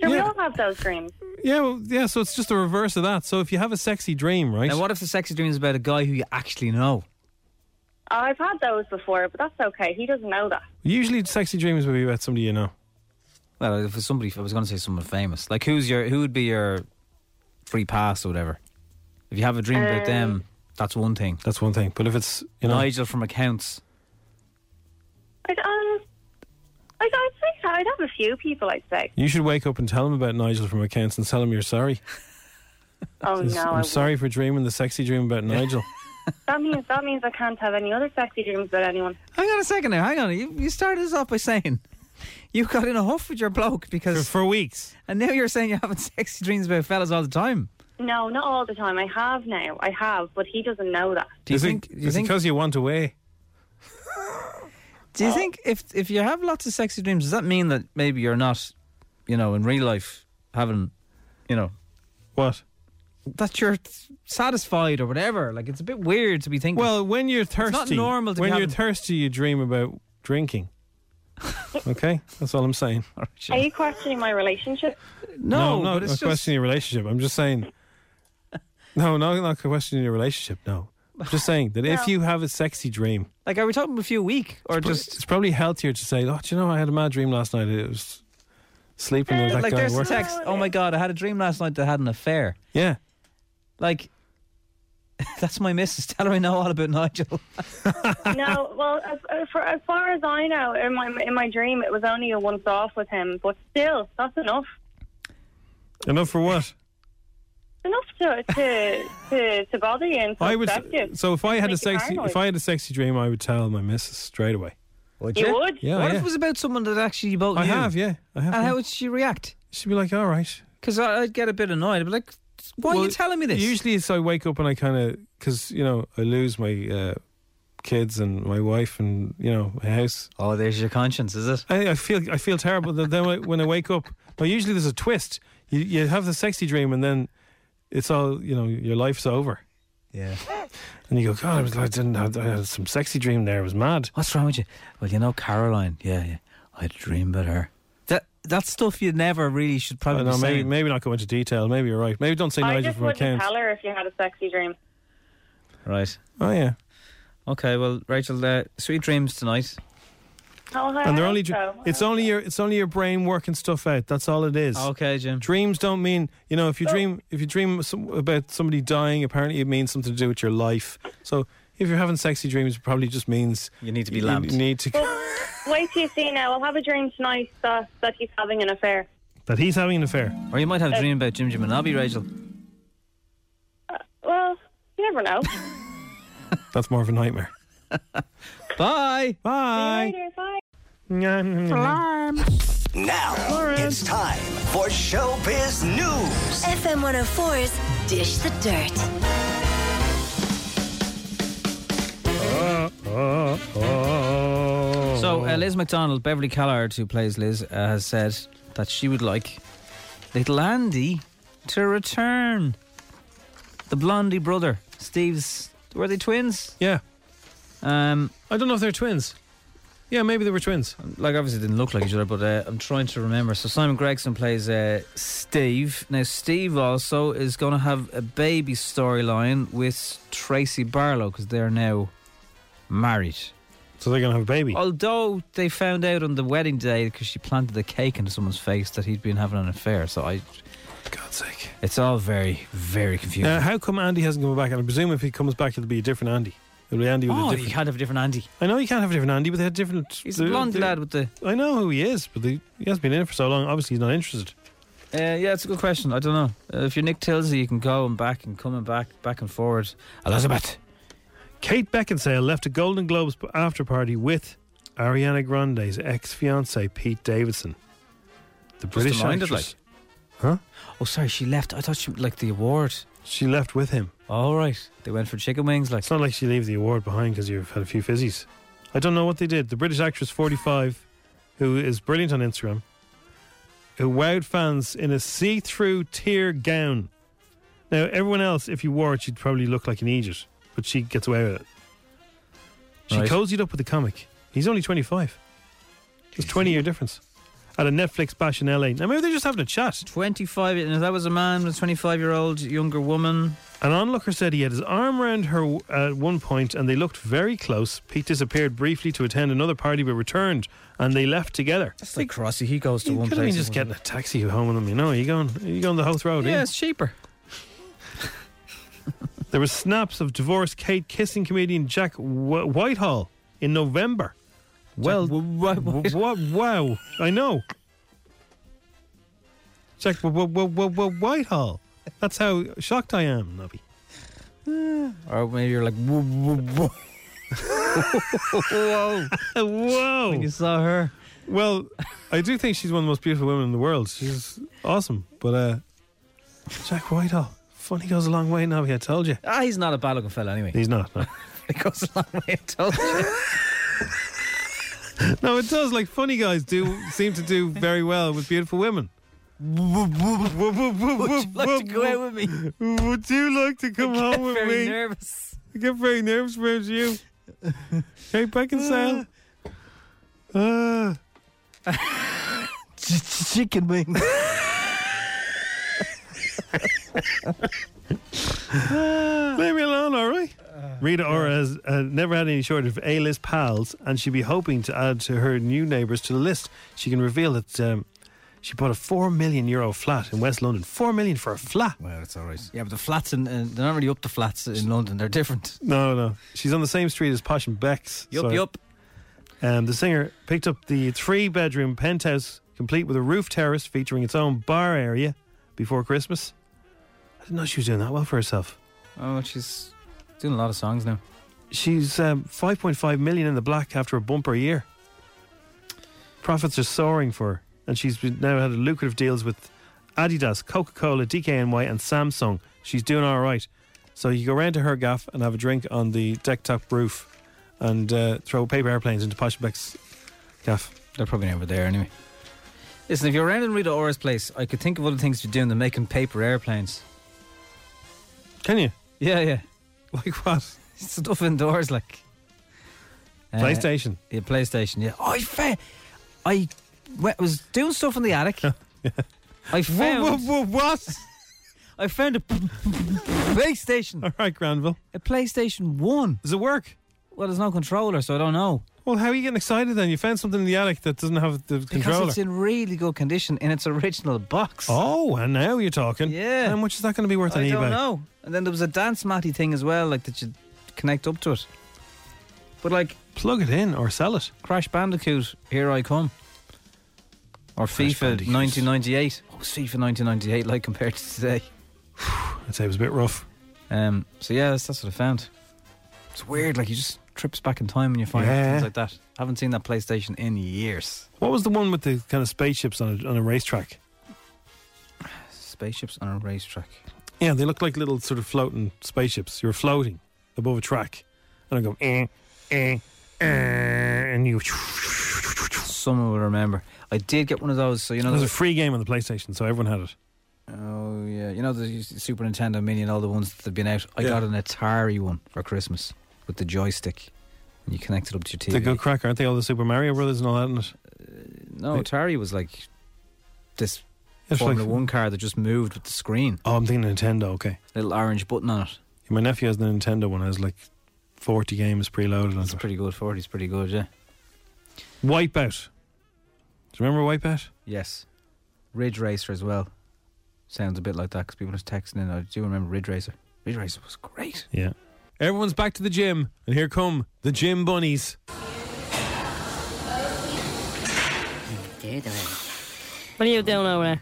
[SPEAKER 9] Sure, we
[SPEAKER 2] Yeah.
[SPEAKER 9] all have those dreams.
[SPEAKER 2] Yeah, well, yeah. So it's just the reverse of that. So if you have a sexy dream, right?
[SPEAKER 3] Now, what if the sexy dream is about a guy who you actually know?
[SPEAKER 9] I've had those before, but that's okay. He doesn't know that.
[SPEAKER 2] Usually, sexy dreams would be about somebody you know.
[SPEAKER 3] Well, if it's somebody, I was going to say someone famous. Like, who's your, who would be your free pass or whatever? If you have a dream about
[SPEAKER 2] Um,
[SPEAKER 3] them, that's one thing.
[SPEAKER 2] That's one thing. But if it's you know,
[SPEAKER 3] Nigel from accounts,
[SPEAKER 9] I'd, um, I'd, I'd say so. I'd have a few people. I'd say.
[SPEAKER 2] you should wake up and tell him about Nigel from accounts and tell him you're sorry.
[SPEAKER 9] Oh
[SPEAKER 2] Says,
[SPEAKER 9] no, I
[SPEAKER 2] I'm
[SPEAKER 9] wouldn't.
[SPEAKER 2] sorry for dreaming the sexy dream about Nigel.
[SPEAKER 9] That means that means I can't have any other sexy dreams about anyone.
[SPEAKER 3] Hang on a second now. Hang on. You, you started us off by saying you got in a huff with your bloke because
[SPEAKER 2] for, weeks,
[SPEAKER 3] and now you're saying you're having sexy dreams about fellas all the time.
[SPEAKER 9] No, not all the time. I have now. I have, but he doesn't know that.
[SPEAKER 3] Do you
[SPEAKER 2] Is it-
[SPEAKER 3] think? do you
[SPEAKER 2] is it
[SPEAKER 3] think?
[SPEAKER 2] because you want away?
[SPEAKER 3] Do you think if if you have lots of sexy dreams, does that mean that maybe you're not, you know, in real life having, you know,
[SPEAKER 2] what?
[SPEAKER 3] That you're satisfied or whatever. Like it's a bit weird to be thinking.
[SPEAKER 2] Well, when you're thirsty,
[SPEAKER 3] it's not normal to
[SPEAKER 2] when
[SPEAKER 3] be
[SPEAKER 2] you're
[SPEAKER 3] having-
[SPEAKER 2] thirsty, you dream about drinking. okay, that's all I'm saying.
[SPEAKER 9] Are you questioning my relationship?
[SPEAKER 2] I'm not, not questioning your relationship. I'm just saying. No, no, not questioning your relationship. No, I'm just saying that if
[SPEAKER 3] No.
[SPEAKER 2] you have a sexy dream,
[SPEAKER 3] like are we talking a few week or
[SPEAKER 2] it's pro-
[SPEAKER 3] just
[SPEAKER 2] it's probably healthier to say, "Oh, do you know, I had a mad dream last night. It was sleeping with that
[SPEAKER 3] like
[SPEAKER 2] guy." at
[SPEAKER 3] there's a
[SPEAKER 2] work."
[SPEAKER 3] text. Oh my god, I had a dream last night that I had an affair.
[SPEAKER 2] Yeah.
[SPEAKER 3] Like that's my missus. Tell her I know all about Nigel.
[SPEAKER 9] no. Well, as, uh, for, as far as I know, in my in my dream, it was only a once off with him. But still, that's enough.
[SPEAKER 2] Enough for what?
[SPEAKER 9] Enough to to to, to bother you and to
[SPEAKER 2] I would.
[SPEAKER 9] upset you.
[SPEAKER 2] So if I had a
[SPEAKER 9] Make you
[SPEAKER 2] sexy,
[SPEAKER 9] paranoid.
[SPEAKER 2] if I had a sexy dream, I would tell my missus straight away.
[SPEAKER 3] Would
[SPEAKER 9] You you? would?
[SPEAKER 2] Yeah.
[SPEAKER 3] what
[SPEAKER 2] yeah.
[SPEAKER 3] if it was about someone that actually you both
[SPEAKER 2] I
[SPEAKER 3] knew?
[SPEAKER 2] have, yeah, I have.
[SPEAKER 3] And
[SPEAKER 2] yeah.
[SPEAKER 3] how would she react?
[SPEAKER 2] She'd be like, "All right."
[SPEAKER 3] Because I'd get a bit annoyed. I'd be like, "Why are
[SPEAKER 2] Well,
[SPEAKER 3] you telling me this?"
[SPEAKER 2] Usually, it's I wake up and I kind of because you know I lose my uh, kids and my wife and you know my house.
[SPEAKER 3] Oh, there's your conscience, is it?
[SPEAKER 2] I, I feel I feel terrible. that then when I- when I wake up, well, usually there's a twist. You you have the sexy dream and then it's all you know your life's over.
[SPEAKER 3] Yeah.
[SPEAKER 2] And you go, God, I, was, I didn't. Have, I had some sexy dream there. It was mad.
[SPEAKER 3] What's wrong with you? Well, you know Caroline. Yeah, yeah. I had a dream about her. That that stuff you never really should
[SPEAKER 2] I
[SPEAKER 3] probably
[SPEAKER 2] know,
[SPEAKER 3] be
[SPEAKER 2] maybe
[SPEAKER 3] saying.
[SPEAKER 2] maybe not go into detail. Maybe you're right. Maybe don't say
[SPEAKER 9] I
[SPEAKER 2] Nigel
[SPEAKER 9] just
[SPEAKER 2] from
[SPEAKER 9] wouldn't
[SPEAKER 2] accounts.
[SPEAKER 9] tell her if you had a sexy dream.
[SPEAKER 3] Right.
[SPEAKER 2] Oh yeah.
[SPEAKER 3] Okay. Well, Rachel, uh, sweet dreams tonight.
[SPEAKER 9] Oh, I
[SPEAKER 2] and they're
[SPEAKER 9] hope
[SPEAKER 2] only dr-
[SPEAKER 9] so. uh,
[SPEAKER 2] it's only your it's only your brain working stuff out. That's all it is.
[SPEAKER 3] Okay, Jim.
[SPEAKER 2] Dreams don't mean you know if you dream if you dream some, about somebody dying. Apparently, it means something to do with your life. So if you're having sexy dreams, it probably just means
[SPEAKER 3] you need
[SPEAKER 2] to be lamped. You need to
[SPEAKER 9] Wait till you see now. I'll have a dream tonight that that he's having an affair.
[SPEAKER 2] that he's having an affair.
[SPEAKER 3] Or you might have a dream about Jim Jim and Abby, Rachel.
[SPEAKER 9] Well, you never know.
[SPEAKER 2] That's more of a nightmare.
[SPEAKER 3] Bye.
[SPEAKER 2] Bye.
[SPEAKER 9] Later, bye.
[SPEAKER 12] Alarm. Now it's time for Showbiz News. FM 104's Dish the Dirt.
[SPEAKER 3] So uh, Liz McDonald, Beverly Callard, who plays Liz, uh, has said that she would like little Andy to return. The Blondie brother, Steve's. Were they twins?
[SPEAKER 2] Yeah.
[SPEAKER 3] Um,
[SPEAKER 2] I don't know if they're twins. Yeah, maybe they were twins.
[SPEAKER 3] Like, obviously, they didn't look like each other, but uh, I'm trying to remember. So Simon Gregson plays uh, Steve. Now, Steve also is going to have a baby storyline with Tracy Barlow because they're now married.
[SPEAKER 2] So they're going to have a baby.
[SPEAKER 3] Although they found out on the wedding day because she planted a cake into someone's face that he'd been having an affair. So I,
[SPEAKER 2] God's sake,
[SPEAKER 3] it's all very, very confusing.
[SPEAKER 2] Uh, Now, how come Andy hasn't come back? And I presume if he comes back, it'll be a different Andy. It'll be Andy with
[SPEAKER 3] Oh,
[SPEAKER 2] a
[SPEAKER 3] you
[SPEAKER 2] different. can't have a different Andy. I know you can't have a different Andy, but they had different.
[SPEAKER 3] He's a blonde lad with
[SPEAKER 2] the. I know who he is, but they, he hasn't been in it for so long. Obviously, he's not interested.
[SPEAKER 3] Uh, yeah, it's a good question. I don't know. Uh, if you're Nick Tilsey, you can go and back and coming back, back and forward. Elizabeth.
[SPEAKER 2] Kate Beckinsale left a Golden Globes after party with Ariana Grande's ex fiance Pete Davidson. The British
[SPEAKER 3] minded,
[SPEAKER 2] actress.
[SPEAKER 3] Huh? Oh, sorry, she left. I thought she like the award.
[SPEAKER 2] She left with him.
[SPEAKER 3] All right, they went for chicken wings. Like
[SPEAKER 2] it's not like she leaves the award behind because you've had a few fizzies. I don't know what they did. The British actress, forty-five, who is brilliant on Instagram, who wowed fans in a see-through tear gown. Now, everyone else, if you wore it, she'd probably look like an idiot, but she gets away with it. She
[SPEAKER 3] Right.
[SPEAKER 2] cozied up with the comic. He's only twenty-five. There's twenty-year difference. At a Netflix bash in LA. Now maybe they're just having a chat.
[SPEAKER 3] Twenty-five. And if that was a man with a twenty-five-year-old younger woman,
[SPEAKER 2] An onlooker said he had his arm around her at one point and they looked very close. Pete disappeared briefly to attend another party but returned and they left together. That's
[SPEAKER 3] like Crossy, he goes to
[SPEAKER 2] you
[SPEAKER 3] one
[SPEAKER 2] could have
[SPEAKER 3] place
[SPEAKER 2] been
[SPEAKER 3] and
[SPEAKER 2] just
[SPEAKER 3] one-
[SPEAKER 2] getting a taxi home with him, you know. you going, you going the house road,
[SPEAKER 3] Yeah,
[SPEAKER 2] eh?
[SPEAKER 3] it's cheaper.
[SPEAKER 2] There were snaps of divorced Kate kissing comedian Jack Wh- Whitehall in November. Well, wow, wow, I know. Jack Wh- Wh- Wh- Wh- Wh- Whitehall. That's how shocked I am, Nobby.
[SPEAKER 3] or maybe you're like whoa, whoa, whoa,
[SPEAKER 2] whoa.
[SPEAKER 3] When you saw her,
[SPEAKER 2] Well, I do think she's one of the most beautiful women in the world. She's awesome. But uh Jack Whitehall, funny goes a long way now, I told you.
[SPEAKER 3] ah, he's not a bad looking fella anyway.
[SPEAKER 2] He's not. No.
[SPEAKER 3] it goes a long way. I told you.
[SPEAKER 2] no, it does. Like funny guys do seem to do very well with beautiful women. Would
[SPEAKER 3] you like to go out with me?
[SPEAKER 2] Would you like to come
[SPEAKER 3] I get
[SPEAKER 2] home with
[SPEAKER 3] very
[SPEAKER 2] me?
[SPEAKER 3] nervous.
[SPEAKER 2] I get very nervous around you. Kate Beckinsale. Uh.
[SPEAKER 3] Chicken wings.
[SPEAKER 2] Leave me alone, all right? Rita Ora has uh, never had any shortage of A-list pals, and she'd be hoping to add to her new neighbours to the list. She can reveal that um, she bought a four million euro flat in West London. Four million for a flat?
[SPEAKER 3] Well, it's all right. Yeah, but the flats in, uh, they're not really up to flats in London. They're different.
[SPEAKER 2] No, no. She's on the same street as Posh and Bex.
[SPEAKER 3] Yup, yup.
[SPEAKER 2] Um, the singer picked up the three-bedroom penthouse, complete with a roof terrace featuring its own bar area, before Christmas. I didn't know she was doing that well for herself.
[SPEAKER 3] Oh, she's doing a lot of songs now.
[SPEAKER 2] She's um, 5.5 million in the black after a bumper year. Profits are soaring for her, and she's been- now had lucrative deals with Adidas, Coca Cola, DKNY, and Samsung. She's doing all right. So you go round to her gaff and have a drink on the deck top roof, and uh, throw paper airplanes into Poshbeck's gaff.
[SPEAKER 3] They're probably never there anyway. Listen, if you're around in Rita Ora's place, I could think of other things to do than making paper airplanes.
[SPEAKER 2] Can you?
[SPEAKER 3] Yeah, yeah.
[SPEAKER 2] Like what?
[SPEAKER 3] Stuff indoors, like uh,
[SPEAKER 2] PlayStation.
[SPEAKER 3] Yeah, PlayStation. Yeah. I fa- I went, was doing stuff in the attic. I found
[SPEAKER 2] what?
[SPEAKER 3] I found a p- p- PlayStation. All
[SPEAKER 2] right, Granville.
[SPEAKER 3] A PlayStation One.
[SPEAKER 2] Does it work?
[SPEAKER 3] Well, there's no controller, so I don't know.
[SPEAKER 2] Well, how are you getting excited then? You found something in the attic that doesn't have the
[SPEAKER 3] Because
[SPEAKER 2] controller.
[SPEAKER 3] it's in really good condition in its original box.
[SPEAKER 2] Oh, and now you're talking. Yeah. How much is that going to be worth on
[SPEAKER 3] I
[SPEAKER 2] eBay?
[SPEAKER 3] don't know. And then there was a dance matty thing as well, like that you connect up to it. But like,
[SPEAKER 2] plug it in or sell it.
[SPEAKER 3] Crash Bandicoot, here I come. Or FIFA 1998. What was FIFA 1998 like compared to today?
[SPEAKER 2] I'd say it was a bit rough.
[SPEAKER 3] Um. So yeah, that's, that's what I found. It's weird. Like you just trips back in time when you find
[SPEAKER 2] Yeah.
[SPEAKER 3] things like that. haven't seen that PlayStation in years.
[SPEAKER 2] What was the one with the kind of spaceships on a, on a racetrack?
[SPEAKER 3] Spaceships on a racetrack.
[SPEAKER 2] Yeah, they looked like little sort of floating spaceships. You were floating above a track, and I go, eh, eh, eh, and you.
[SPEAKER 3] Someone will remember. I did get one of those. So you know,
[SPEAKER 2] There's a
[SPEAKER 3] the-
[SPEAKER 2] free game on the PlayStation, so everyone had it.
[SPEAKER 3] Oh yeah, you know the Super Nintendo Mini and all the ones that've been out. I
[SPEAKER 2] Yeah.
[SPEAKER 3] got an Atari one for Christmas with the joystick, and you connect it up to your TV.
[SPEAKER 2] They're good crack, aren't they? All the Super Mario Brothers and all that in it.
[SPEAKER 3] no,
[SPEAKER 2] They-
[SPEAKER 3] Atari was like this
[SPEAKER 2] It's
[SPEAKER 3] Formula
[SPEAKER 2] like-
[SPEAKER 3] One car that just moved with the screen,
[SPEAKER 2] Oh, I'm thinking Nintendo. Okay,
[SPEAKER 3] little orange button on it.
[SPEAKER 2] my nephew has the Nintendo one. Has like 40 games preloaded. That's
[SPEAKER 3] pretty good. 40 is pretty good. Yeah.
[SPEAKER 2] Wipeout. Do you remember Wipeout?
[SPEAKER 3] Yes, Ridge Racer as well. Sounds a bit like that because people are texting in. I do remember Ridge Racer. Ridge Racer was great.
[SPEAKER 2] Yeah. Everyone's back to the gym, and here come the gym bunnies.
[SPEAKER 13] Dear, dear. What are you doing over there?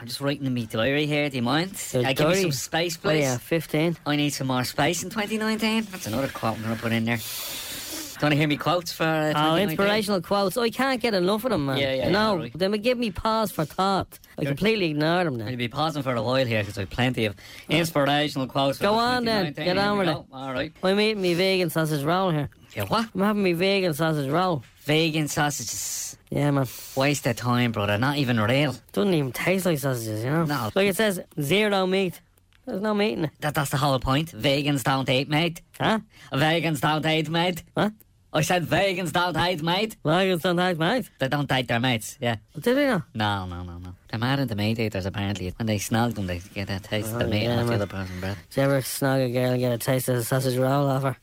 [SPEAKER 13] I'm just writing in my diary here. Do you mind?
[SPEAKER 10] Your
[SPEAKER 13] Uh, give me
[SPEAKER 10] diary?
[SPEAKER 13] some space,
[SPEAKER 10] Oh,
[SPEAKER 13] please.
[SPEAKER 10] yeah,
[SPEAKER 13] 15. I need some more space in 2019. That's another quote I'm going to put in there. Do you want to hear me quotes for uh, 2019?
[SPEAKER 14] Oh, inspirational quotes. I can't get enough of them, man.
[SPEAKER 13] Yeah, yeah, yeah,
[SPEAKER 14] No,
[SPEAKER 13] right.
[SPEAKER 14] they would give me pause for thought. I completely ignore them now.
[SPEAKER 13] We'll be pausing for a while here because I've plenty of inspirational quotes. for
[SPEAKER 14] Go
[SPEAKER 13] the
[SPEAKER 14] on then,
[SPEAKER 13] 2019.
[SPEAKER 14] get
[SPEAKER 13] Here
[SPEAKER 14] on
[SPEAKER 13] we
[SPEAKER 14] with
[SPEAKER 13] go.
[SPEAKER 14] it.
[SPEAKER 13] All right.
[SPEAKER 14] I'm eating me vegan sausage roll here.
[SPEAKER 13] Yeah, what?
[SPEAKER 14] I'm having me vegan sausage roll.
[SPEAKER 13] Vegan sausages.
[SPEAKER 14] Yeah, man.
[SPEAKER 13] Waste of time, brother. Not even real.
[SPEAKER 14] Doesn't even taste like sausages, you know?
[SPEAKER 13] No.
[SPEAKER 14] Like it says, zero meat. There's no meat in it.
[SPEAKER 13] That, that's the whole point. Vegans don't eat meat.
[SPEAKER 14] Huh?
[SPEAKER 13] Vegans don't eat meat.
[SPEAKER 14] What?
[SPEAKER 13] I said vegans don't eat meat.
[SPEAKER 14] Vegans don't eat meat.
[SPEAKER 13] They don't eat their mates, yeah.
[SPEAKER 14] Did they not?
[SPEAKER 13] No, no, no, no. They're mad at the meat eaters, apparently. When they snag them, they get a taste of
[SPEAKER 14] Oh,
[SPEAKER 13] the meat
[SPEAKER 14] yeah,
[SPEAKER 13] and the
[SPEAKER 14] man.
[SPEAKER 13] other person breath.
[SPEAKER 14] Did you ever snog a girl and get a taste of a sausage roll off her?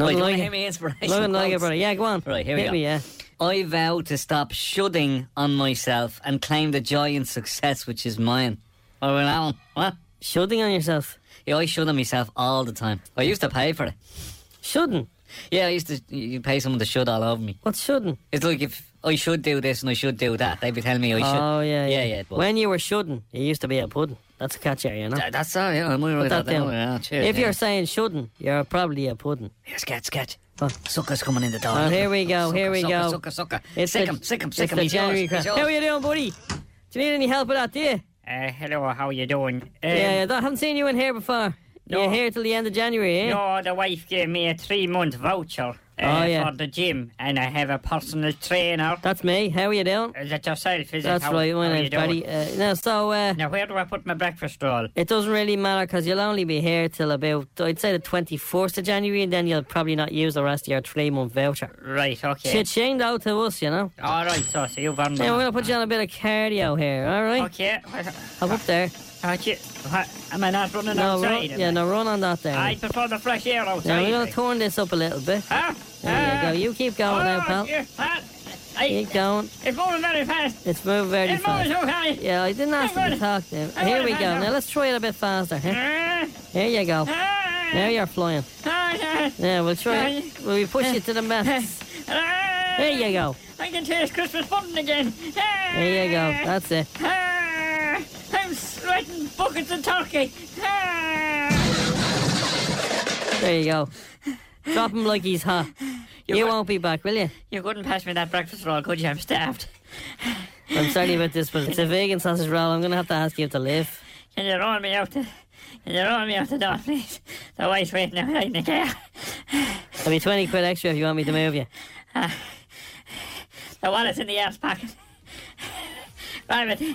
[SPEAKER 13] Right, do you
[SPEAKER 14] like
[SPEAKER 13] wanna
[SPEAKER 14] it.
[SPEAKER 13] hear me inspirational
[SPEAKER 14] Nothing like it,
[SPEAKER 13] quotes?
[SPEAKER 14] brother. Yeah, go on.
[SPEAKER 13] Right, here
[SPEAKER 14] Hit
[SPEAKER 13] we go.
[SPEAKER 14] me, yeah.
[SPEAKER 13] I vow to stop shudding on myself and claim the joy and success which is mine.
[SPEAKER 14] Oh,
[SPEAKER 13] What about that one? What?
[SPEAKER 14] Shudding on yourself?
[SPEAKER 13] Yeah, I shud on myself all the time. I used to pay for it.
[SPEAKER 14] Shouldn't?
[SPEAKER 13] Yeah, I used to you pay someone to shud all over me.
[SPEAKER 14] What's shouldn't?
[SPEAKER 13] It's like if I should do this and I should do that, they'd be telling me I should.
[SPEAKER 14] Oh, yeah, yeah.
[SPEAKER 13] Yeah, yeah. but-
[SPEAKER 14] when you were shouldn't, you used to be a pudding. That's a catcher, you know?
[SPEAKER 13] that's all, yeah. I'm right
[SPEAKER 14] Put
[SPEAKER 13] about
[SPEAKER 14] that
[SPEAKER 13] that.
[SPEAKER 14] down.
[SPEAKER 13] Yeah, cheers,
[SPEAKER 14] if
[SPEAKER 13] yeah.
[SPEAKER 14] you're saying shouldn't, you're probably a pudding.
[SPEAKER 13] Here, sketch, sketch. Sucker's coming in the door.
[SPEAKER 14] Oh, here we go,
[SPEAKER 13] Sucker,
[SPEAKER 14] here we
[SPEAKER 13] sucker,
[SPEAKER 14] go.
[SPEAKER 13] Sucker, sucker,
[SPEAKER 14] It's
[SPEAKER 13] sick
[SPEAKER 14] the-
[SPEAKER 13] him, sick him,
[SPEAKER 14] it's
[SPEAKER 13] sick him.
[SPEAKER 14] the
[SPEAKER 13] He's yours,
[SPEAKER 14] January
[SPEAKER 13] he's
[SPEAKER 14] crowd.
[SPEAKER 13] yours.
[SPEAKER 14] How are you doing, buddy? Do you need any help with that, do you?
[SPEAKER 15] Uh, hello, how are you doing? Um,
[SPEAKER 14] yeah, yeah, I haven't seen you in here before. You're here till the end of January, eh?
[SPEAKER 15] No, the wife gave me a three month voucher uh,
[SPEAKER 14] Oh, yeah.
[SPEAKER 15] for the gym, and I have a personal trainer.
[SPEAKER 14] That's me. How are you doing?
[SPEAKER 15] Is it yourself? Is
[SPEAKER 14] That's
[SPEAKER 15] it? How,
[SPEAKER 14] right, my
[SPEAKER 15] how
[SPEAKER 14] name's
[SPEAKER 15] you doing?
[SPEAKER 14] Paddy. Uh, now, so, uh,
[SPEAKER 15] now, where do I put my breakfast roll?
[SPEAKER 14] It doesn't really matter because you'll only be here till about, I'd say, the 24th of January, and then you'll probably not use the rest of your three month voucher.
[SPEAKER 15] Right, okay.
[SPEAKER 14] Shit, shame out to us, you know?
[SPEAKER 15] All right, so, so you've earned my-
[SPEAKER 14] Yeah, we're going to put you on a bit of cardio here, alright?
[SPEAKER 15] Okay.
[SPEAKER 14] Up,
[SPEAKER 15] Ah,
[SPEAKER 14] up there.
[SPEAKER 15] Okay. Am I not running
[SPEAKER 14] No,
[SPEAKER 15] outside?
[SPEAKER 14] run,
[SPEAKER 15] am
[SPEAKER 14] yeah,
[SPEAKER 15] I?
[SPEAKER 14] no, run on that there.
[SPEAKER 15] I prefer the fresh air
[SPEAKER 14] Now,
[SPEAKER 15] outside.
[SPEAKER 14] we're going to turn this up a little bit.
[SPEAKER 15] Ah,
[SPEAKER 14] There you go. You keep going now, pal.
[SPEAKER 15] Yeah, ah, I-
[SPEAKER 14] Keep going.
[SPEAKER 15] It's moving very fast.
[SPEAKER 14] It's moving very
[SPEAKER 15] It's moving
[SPEAKER 14] fast.
[SPEAKER 15] so high.
[SPEAKER 14] Yeah, I didn't ask you to talk now.
[SPEAKER 15] I'm
[SPEAKER 14] Here
[SPEAKER 15] going
[SPEAKER 14] we
[SPEAKER 15] to
[SPEAKER 14] go.
[SPEAKER 15] hang
[SPEAKER 14] Now
[SPEAKER 15] on.
[SPEAKER 14] let's try it a bit faster. Huh? Here you go. Now you're flying.
[SPEAKER 15] Ah, ah.
[SPEAKER 14] Yeah, we'll try. Will we push you to the max? There you go.
[SPEAKER 15] I can taste Christmas pudding again. Ah,
[SPEAKER 14] There you go. That's it.
[SPEAKER 15] ah, I'm sweating buckets of turkey.
[SPEAKER 14] There you go. Drop him like he's hot. You, won't be back, will you?
[SPEAKER 15] You couldn't pass me that breakfast roll, could you? I'm starved.
[SPEAKER 14] I'm sorry about this, but it's a vegan sausage roll. I'm gonna have to ask you to leave.
[SPEAKER 15] Can you roll me out the... Can you roll me out the door, please? The wife's waiting outside in the car.
[SPEAKER 14] It'll be 20 quid extra if you want me to move you.
[SPEAKER 15] Ah. The wallet's in the ass pocket. Right with you.